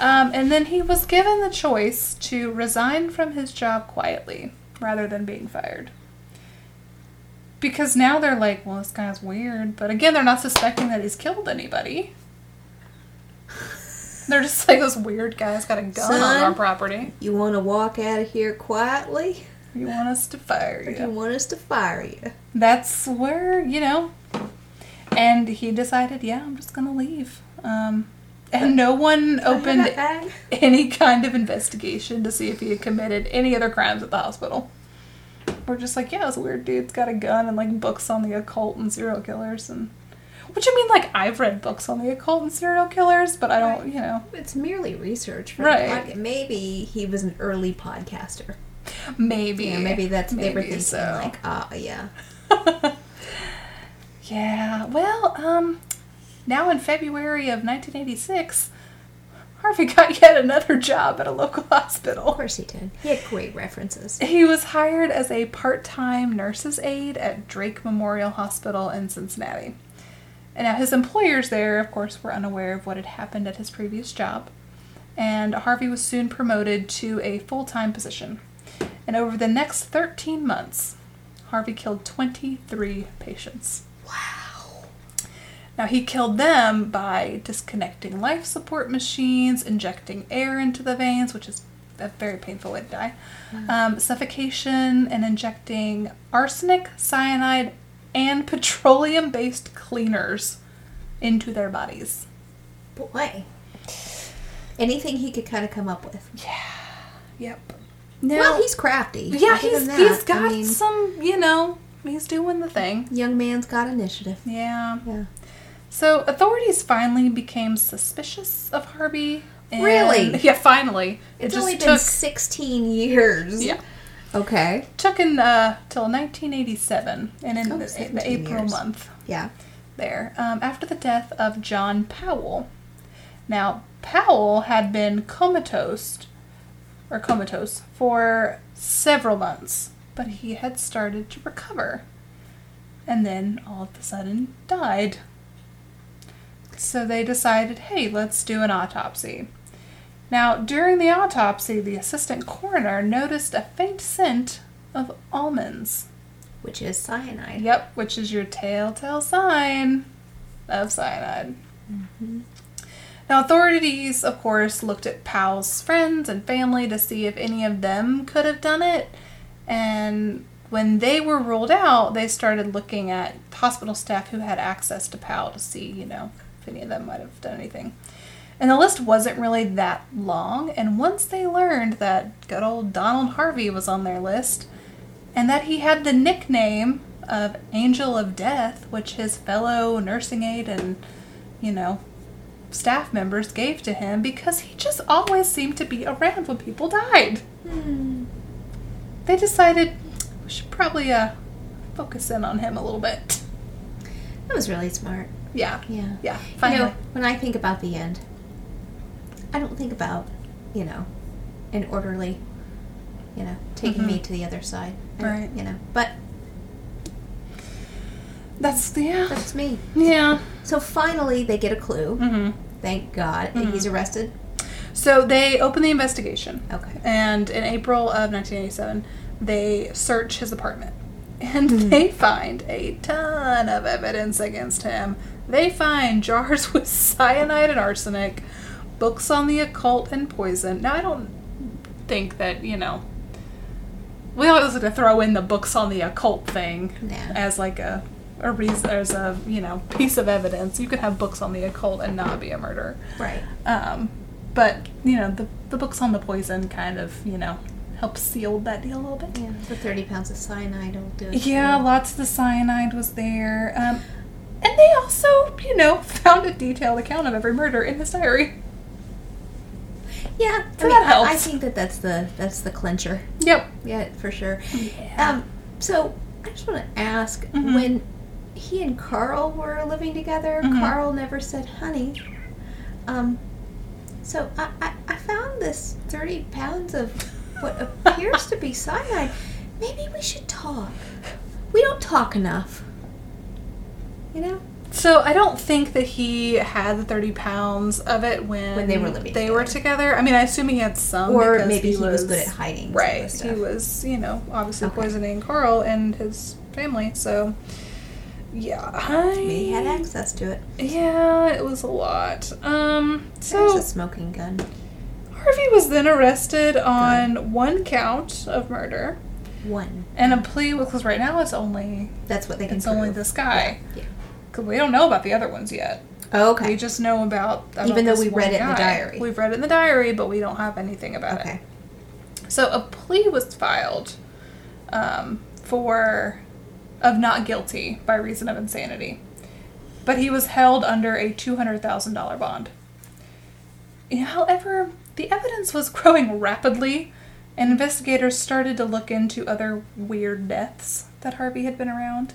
Speaker 1: Um, and then he was given the choice to resign from his job quietly rather than being fired. Because now they're like, well, this guy's weird. But again, they're not suspecting that he's killed anybody. They're just like, this weird guy's got a gun on
Speaker 2: Son.
Speaker 1: our property.
Speaker 2: You want to walk out of here quietly?
Speaker 1: You want us to fire
Speaker 2: Or
Speaker 1: you?
Speaker 2: do you want us to fire you?
Speaker 1: that's where you know and he decided yeah i'm just gonna leave um, and no one opened any kind of investigation to see if he had committed any other crimes at the hospital we're just like yeah this weird dude's got a gun and like books on the occult and serial killers and which i mean like i've read books on the occult and serial killers but i don't you know
Speaker 2: It's merely research, for
Speaker 1: Right.
Speaker 2: The podcast. Maybe he was an early podcaster.
Speaker 1: maybe
Speaker 2: You know, maybe that's what they were
Speaker 1: Maybe
Speaker 2: thinking.
Speaker 1: so.
Speaker 2: Like, ah, yeah.
Speaker 1: Yeah, well, um, now in February of 1986, Harvey got yet another job at a local
Speaker 2: Of
Speaker 1: hospital.
Speaker 2: course he did. He had great references.
Speaker 1: He was hired as a part time nurse's aide at Drake Memorial Hospital in Cincinnati. And now his employers there, of course, were unaware of what had happened at his previous job. And Harvey was soon promoted to a full time position. And over the next 13 months, Harvey killed 23 patients.
Speaker 2: Wow.
Speaker 1: Now, he killed them by disconnecting life support machines, injecting air into the veins, which is a very painful way to die, um, suffocation, and injecting arsenic, cyanide, and petroleum based cleaners into their bodies.
Speaker 2: Boy. Anything he could kind of come up with.
Speaker 1: Yep. Now,
Speaker 2: well, he's crafty.
Speaker 1: yeah,
Speaker 2: Other
Speaker 1: he's,
Speaker 2: than that,
Speaker 1: he's got
Speaker 2: I mean,
Speaker 1: some, you know, he's doing the thing.
Speaker 2: young man's got initiative.
Speaker 1: Yeah.
Speaker 2: Yeah.
Speaker 1: So authorities finally became suspicious of Harvey. and-
Speaker 2: Really?
Speaker 1: Yeah, finally. It
Speaker 2: It's
Speaker 1: just
Speaker 2: only been
Speaker 1: took
Speaker 2: 16 years.
Speaker 1: yeah
Speaker 2: Okay.
Speaker 1: took in uh, till 1987, and in
Speaker 2: Oh,
Speaker 1: the,
Speaker 2: 17
Speaker 1: the April
Speaker 2: years.
Speaker 1: month
Speaker 2: Yeah.
Speaker 1: there um, after the death of John Powell. Now Powell had been comatose or comatose for several months, but he had started to recover, and then all of a sudden died. So they decided, hey, let's do an autopsy. Now, during the autopsy, the assistant coroner noticed a faint scent of almonds.
Speaker 2: Which is cyanide.
Speaker 1: Yep, which is your telltale sign of cyanide. Now, authorities, of course, looked at Powell's friends and family to see if any of them could have done it. And when they were ruled out, they started looking at hospital staff who had access to Powell to see, you know, if any of them might have done anything. And the list wasn't really that long. And once they learned that good old Donald Harvey was on their list, and that he had the nickname of Angel of Death, which his fellow nursing aide and, you know, staff members gave to him because he just always seemed to be around when people died.
Speaker 2: Hmm.
Speaker 1: They decided we should probably uh, focus in on him a little bit.
Speaker 2: That was really smart.
Speaker 1: Yeah.
Speaker 2: Yeah.
Speaker 1: Yeah.
Speaker 2: You
Speaker 1: Finally.
Speaker 2: know, when I think about the end, I don't think about, you know, an orderly, you know, taking me to the other side. I-
Speaker 1: Mm-hmm. Right.
Speaker 2: You know, but
Speaker 1: That's the yeah.
Speaker 2: that's me.
Speaker 1: Yeah.
Speaker 2: So finally, they get a clue.
Speaker 1: Mm-hmm.
Speaker 2: Thank God. He's arrested.
Speaker 1: So they open the investigation.
Speaker 2: Okay.
Speaker 1: And in April of 1987, they search his apartment. And they find a ton of evidence against him. They find jars with cyanide and arsenic, books on the occult and poison. Now, I don't think that, you know, we always like to throw in the books on the occult thing
Speaker 2: No.
Speaker 1: as like a. A reason, as a you know piece of evidence. You could have books on the occult and not be a murderer.
Speaker 2: Right.
Speaker 1: Um, but you know, the the books on the poison kind of you know helps seal that deal a little bit.
Speaker 2: Yeah. The 30 pounds of cyanide will do it.
Speaker 1: Yeah, lots of the cyanide was there, um, and they also you know found a detailed account of every murder in his diary.
Speaker 2: Yeah. I,
Speaker 1: So
Speaker 2: mean,
Speaker 1: that
Speaker 2: I- I
Speaker 1: helps.
Speaker 2: think that that's the that's the clincher.
Speaker 1: Yep.
Speaker 2: Yeah, for sure.
Speaker 1: Yeah.
Speaker 2: Um, so I just want to ask
Speaker 1: Mhm.
Speaker 2: when he and Carl were living together,
Speaker 1: Mhm.
Speaker 2: Carl never said honey. Um, so I, I, I found this 30 pounds of Um, what appears to be cyanide. Maybe we should talk. We don't talk enough. You know?
Speaker 1: So I don't think that he had the thirty pounds of it when
Speaker 2: When they were living
Speaker 1: They were together. I mean, I assume he had some,
Speaker 2: Or
Speaker 1: Oh, because
Speaker 2: maybe he was, good at hiding. some of
Speaker 1: Right.
Speaker 2: this
Speaker 1: He
Speaker 2: stuff.
Speaker 1: was, you know, obviously
Speaker 2: Okay.
Speaker 1: poisoning Carl and his family, so yeah. I,
Speaker 2: Maybe he had access to it.
Speaker 1: Yeah, it was a lot. Um
Speaker 2: So,
Speaker 1: so
Speaker 2: There's a smoking gun.
Speaker 1: Harvey was then arrested on one count of murder
Speaker 2: One.
Speaker 1: and a plea because right now it's only
Speaker 2: That's what they can
Speaker 1: it's only
Speaker 2: prove.
Speaker 1: this guy.
Speaker 2: Yeah.
Speaker 1: 'Cause we don't know about the other ones yet.
Speaker 2: Oh, Okay.
Speaker 1: We just know about about
Speaker 2: Even though
Speaker 1: this
Speaker 2: we read
Speaker 1: one
Speaker 2: it in the
Speaker 1: guy.
Speaker 2: diary.
Speaker 1: We've read it in the diary, but we don't have anything about it.
Speaker 2: okay.
Speaker 1: So a plea was filed um, for of not guilty by reason of insanity, but he was held under a two hundred thousand dollar bond. However, the evidence was growing rapidly, and investigators started to look into other weird deaths that Harvey had been around.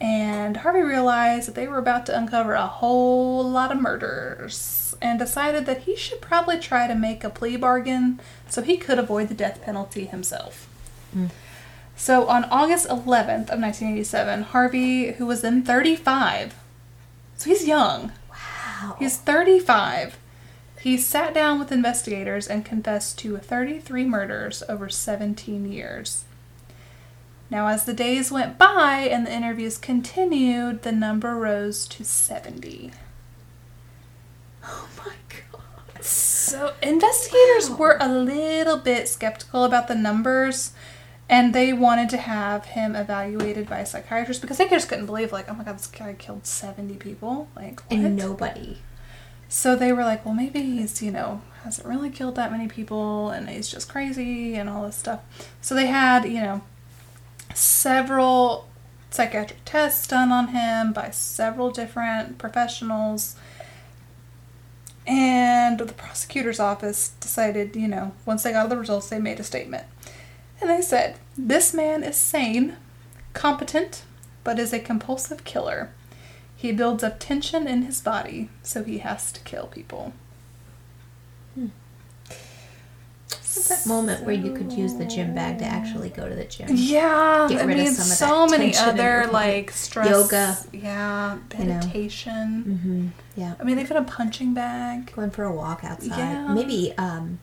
Speaker 1: And Harvey realized that they were about to uncover a whole lot of murders and decided that he should probably try to make a plea bargain so he could avoid the death penalty himself. So on August 11th of 1987, Harvey, who was then 35, so he's young,
Speaker 2: Wow.
Speaker 1: He's 35. He sat down with investigators and confessed to 33 murders over 17 years. Now, as the days went by and the interviews continued, the number rose to 70.
Speaker 2: Oh my god.
Speaker 1: So, investigators
Speaker 2: Wow.
Speaker 1: were a little bit skeptical about the numbers and they wanted to have him evaluated by a psychiatrist because they just couldn't believe, like, oh my god, this guy killed 70 people. Like, what?
Speaker 2: And nobody.
Speaker 1: So they were like, well, maybe he's, you know, hasn't really killed that many people and he's just crazy and all this stuff. So they had, you know, several psychiatric tests done on him by several different professionals. And the prosecutor's office decided, you know, once they got the results, they made a statement. And they said, This man is sane, competent, but is a compulsive killer. He builds up tension in his body, so he has to kill people.
Speaker 2: It's Hmm. that moment where you could use the gym bag to actually go to the gym.
Speaker 1: Yeah,
Speaker 2: Get
Speaker 1: I
Speaker 2: rid of
Speaker 1: mean,
Speaker 2: some of
Speaker 1: so
Speaker 2: that
Speaker 1: many
Speaker 2: tension in your
Speaker 1: other
Speaker 2: body.
Speaker 1: like stress,
Speaker 2: Yoga.
Speaker 1: yeah,
Speaker 2: You know.
Speaker 1: meditation.
Speaker 2: Mm-hmm. Yeah.
Speaker 1: I mean, even a punching bag.
Speaker 2: Going for a walk outside.
Speaker 1: Yeah.
Speaker 2: Maybe um,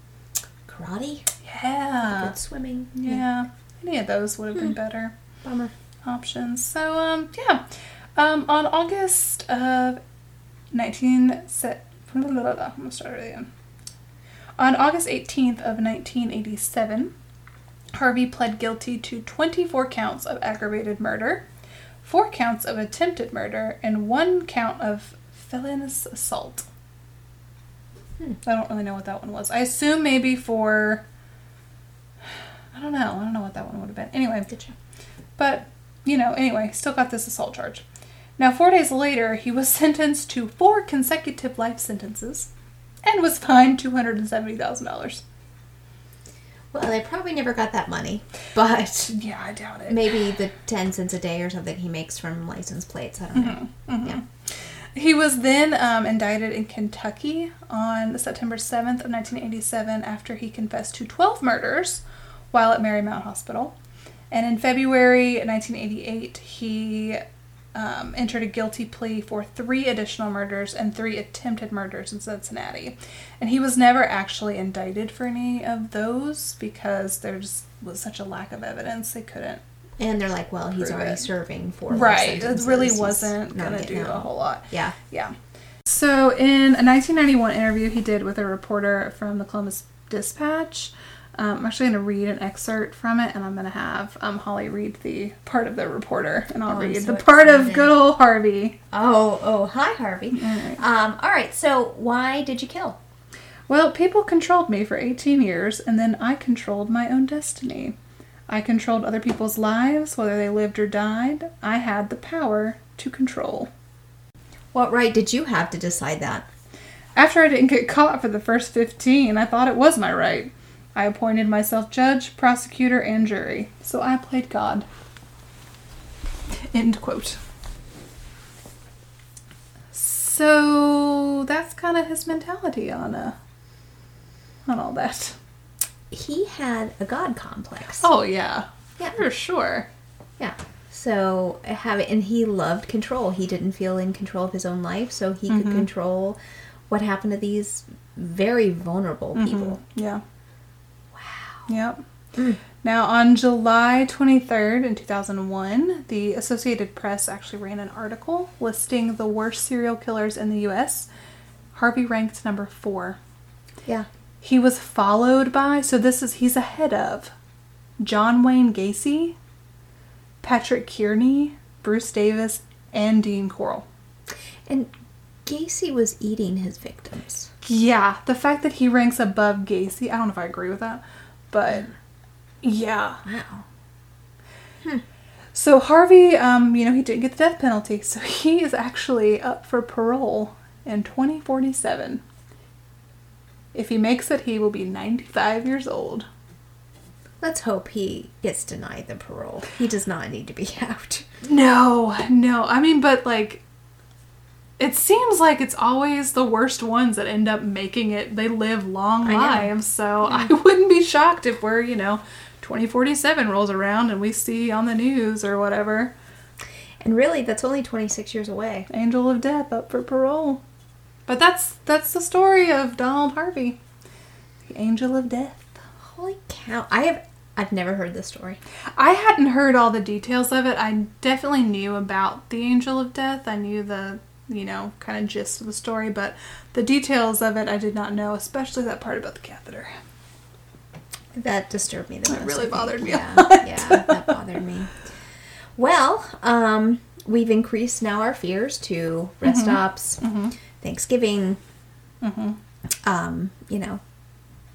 Speaker 2: karate.
Speaker 1: Yeah,
Speaker 2: Good Hmm. swimming.
Speaker 1: Uh, yeah. Any of those would have been better.
Speaker 2: Bummer.
Speaker 1: options. So um yeah, um on August of nineteen se- I'm gonna start it again. On August eighteenth of nineteen eighty seven, Harvey pled guilty to twenty four counts of aggravated murder, four counts of attempted murder, and one count of felonious assault.
Speaker 2: Hmm.
Speaker 1: I don't really know what that one was. I assume maybe for. I don't know. I don't know what that one would have been. Anyway,
Speaker 2: Good job.
Speaker 1: but, you know, anyway, still got this assault charge. Now, four days later, he was sentenced to four consecutive life sentences and was fined $270,000.
Speaker 2: Well, they probably never got that money, but
Speaker 1: Yeah, I doubt it.
Speaker 2: maybe the 10 cents a day or something he makes from license plates. I don't know.
Speaker 1: Mm-hmm.
Speaker 2: Yeah.
Speaker 1: He was then um, indicted in Kentucky on September 7th of 1987 after he confessed to 12 murders while at Marymount Hospital. And in February 1988, he um, entered a guilty plea for three additional murders and three attempted murders in Cincinnati. And he was never actually indicted for any of those because there just was such a lack of evidence they couldn't.
Speaker 2: And they're like, well, he's
Speaker 1: Prove
Speaker 2: already
Speaker 1: it.
Speaker 2: serving four. life
Speaker 1: Right, it
Speaker 2: sentences.
Speaker 1: really
Speaker 2: He's
Speaker 1: wasn't
Speaker 2: not
Speaker 1: going to
Speaker 2: getting
Speaker 1: do a
Speaker 2: out."
Speaker 1: whole lot.
Speaker 2: Yeah.
Speaker 1: Yeah. So, in a 1991 interview he did with a reporter from the Columbus Dispatch, um, I'm actually going to read an excerpt from it, and I'm going to have um, Holly read the part of the reporter, and
Speaker 2: Oh,
Speaker 1: I'll
Speaker 2: I'm
Speaker 1: read
Speaker 2: so
Speaker 1: the part of
Speaker 2: excited.
Speaker 1: good old Harvey.
Speaker 2: Oh, oh, hi, Harvey.
Speaker 1: Alright.
Speaker 2: Um, all right. So, why did you kill?
Speaker 1: Well, people controlled me for 18 years, and then I controlled my own destiny. I controlled other people's lives, whether they lived or died. I had the power to control.
Speaker 2: What right did you have to decide that?
Speaker 1: After I didn't get caught for the first 15, I thought it was my right. I appointed myself judge, prosecutor, and jury. So I played God. End quote. So that's kind of his mentality on uh, on all that.
Speaker 2: He had a god complex.
Speaker 1: Oh yeah,
Speaker 2: Yeah.
Speaker 1: for sure.
Speaker 2: Yeah. So have it, and he loved control. He didn't feel in control of his own life, so he could control what happened to these very vulnerable people.
Speaker 1: Yeah. Wow. Yep. Now, on July 23rd in 2001, the Associated Press actually ran an article listing the worst serial killers in the U.S. Harvey ranked number four.
Speaker 2: Yeah.
Speaker 1: He was followed by, so this is, he's ahead of John Wayne Gacy, Patrick Kearney, Bruce Davis, and Dean Corll.
Speaker 2: And Gacy was eating his victims.
Speaker 1: Yeah, the fact that he ranks above Gacy, I don't know if I agree with that, but yeah.
Speaker 2: Wow.
Speaker 1: So Harvey, um, you know, he didn't get the death penalty, so he is actually up for parole in 2047. If he makes it, he will be 95 years old.
Speaker 2: Let's hope he gets denied the parole. He does not need to be out.
Speaker 1: No, no. I mean, but like, it seems like it's always the worst ones that end up making it. They live long
Speaker 2: I know.
Speaker 1: lives, so I wouldn't be shocked if we're, you know, 2047 rolls around and we see on the news or whatever
Speaker 2: And really, that's only 26 years away.
Speaker 1: Angel of Death up for parole. But that's that's the story of Donald Harvey, the Angel of Death.
Speaker 2: Holy cow. I have. I've never heard this story.
Speaker 1: I hadn't heard all the details of it. I definitely knew about the Angel of Death. I knew the, you know, kind of gist of the story, but the details of it I did not know, especially that part about the catheter.
Speaker 2: That disturbed me the most.
Speaker 1: That really
Speaker 2: I think.
Speaker 1: bothered me a
Speaker 2: Yeah, yeah, that bothered me. Well, um, we've increased now our fears to rest
Speaker 1: Mm-hmm.
Speaker 2: stops, Thanksgiving, um, you know,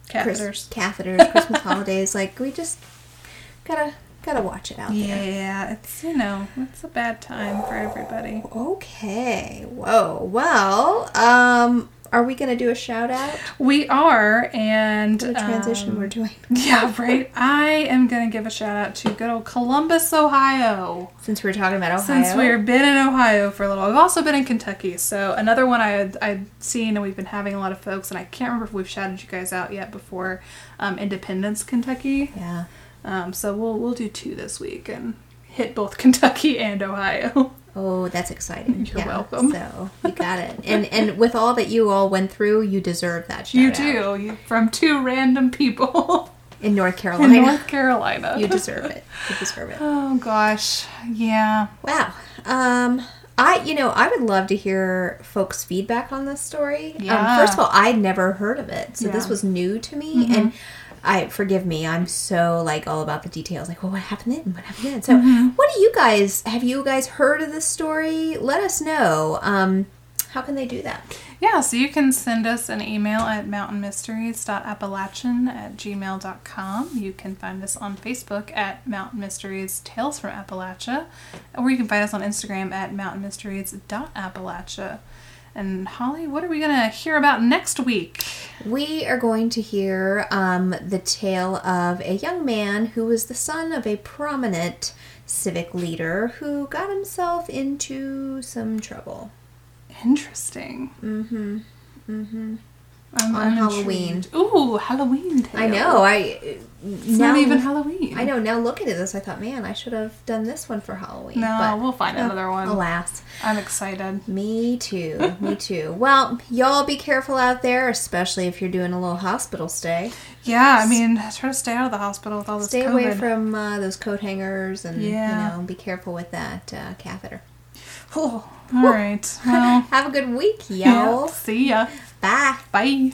Speaker 2: Chris-
Speaker 1: Catheters.
Speaker 2: catheters, Christmas holidays. Like we just gotta gotta watch it out there.
Speaker 1: Yeah, it's, you know, it's a bad time for everybody.
Speaker 2: Okay. Whoa. Well, um, are we gonna do a shout out?
Speaker 1: We are, and.
Speaker 2: The transition
Speaker 1: um,
Speaker 2: we're doing
Speaker 1: yeah, right. I am going to give a shout out to good old Columbus, Ohio.
Speaker 2: since we're talking about Ohio.
Speaker 1: Since we've been in Ohio for a little, I've also been in Kentucky. So another one I had, I'd seen, and we've been having a lot of folks, and I can't remember if we've shouted you guys out yet before. Um, Independence, Kentucky.
Speaker 2: yeah.
Speaker 1: Um, so we'll we'll do two this week and hit both Kentucky and Ohio.
Speaker 2: Oh, that's exciting.
Speaker 1: You're welcome.
Speaker 2: So you got it. And and with all that you all went through, you deserve that shout
Speaker 1: you
Speaker 2: out.
Speaker 1: do you, from two random people
Speaker 2: In North
Speaker 1: in
Speaker 2: Carolina.
Speaker 1: North Carolina.
Speaker 2: you deserve it. You deserve it.
Speaker 1: Oh gosh, yeah.
Speaker 2: Wow. Um I you know, I would love to hear folks' feedback on this story.
Speaker 1: Yeah.
Speaker 2: Um, first of all, I'd never heard of it. So this
Speaker 1: Yeah. Mm-hmm.
Speaker 2: was new to me and I forgive me, I'm so like all about the details. Like, well what happened then? What happened then? So
Speaker 1: Mm-hmm.
Speaker 2: what do you guys have you guys heard of this story? Let us know. Um how can they do that?
Speaker 1: Yeah, so you can send us an email at mountainmysteries.appalachian at gmail.com. You can find us on Facebook at Mountain Mysteries Tales from Appalachia, or you can find us on Instagram at mountainmysteries.appalachia. And Holly, what are we going to hear about next week?
Speaker 2: We are going to hear um, the tale of a young man who was the son of a prominent civic leader who got himself into some trouble.
Speaker 1: Interesting. Mm hmm. Mm I'm,
Speaker 2: Mm-hmm. On
Speaker 1: I'm
Speaker 2: Halloween.
Speaker 1: intrigued. Ooh, Halloween. Tale.
Speaker 2: I know. I
Speaker 1: It's not even Halloween.
Speaker 2: I know. Now looking at this, I thought, man, I should have done this one for Halloween.
Speaker 1: No, we'll find
Speaker 2: oh,
Speaker 1: another one.
Speaker 2: Alas,
Speaker 1: I'm excited.
Speaker 2: me too. me too. Well, y'all be careful out there, especially if you're doing a little hospital stay.
Speaker 1: Yeah, I mean, try to stay out of the hospital with all this
Speaker 2: Stay
Speaker 1: COVID.
Speaker 2: away from uh, those coat hangers, and
Speaker 1: Yeah.
Speaker 2: you know, be careful with that uh, catheter.
Speaker 1: Oh, all right. Well,
Speaker 2: Have a good week, y'all.
Speaker 1: yeah. See ya.
Speaker 2: Bye.
Speaker 1: Bye.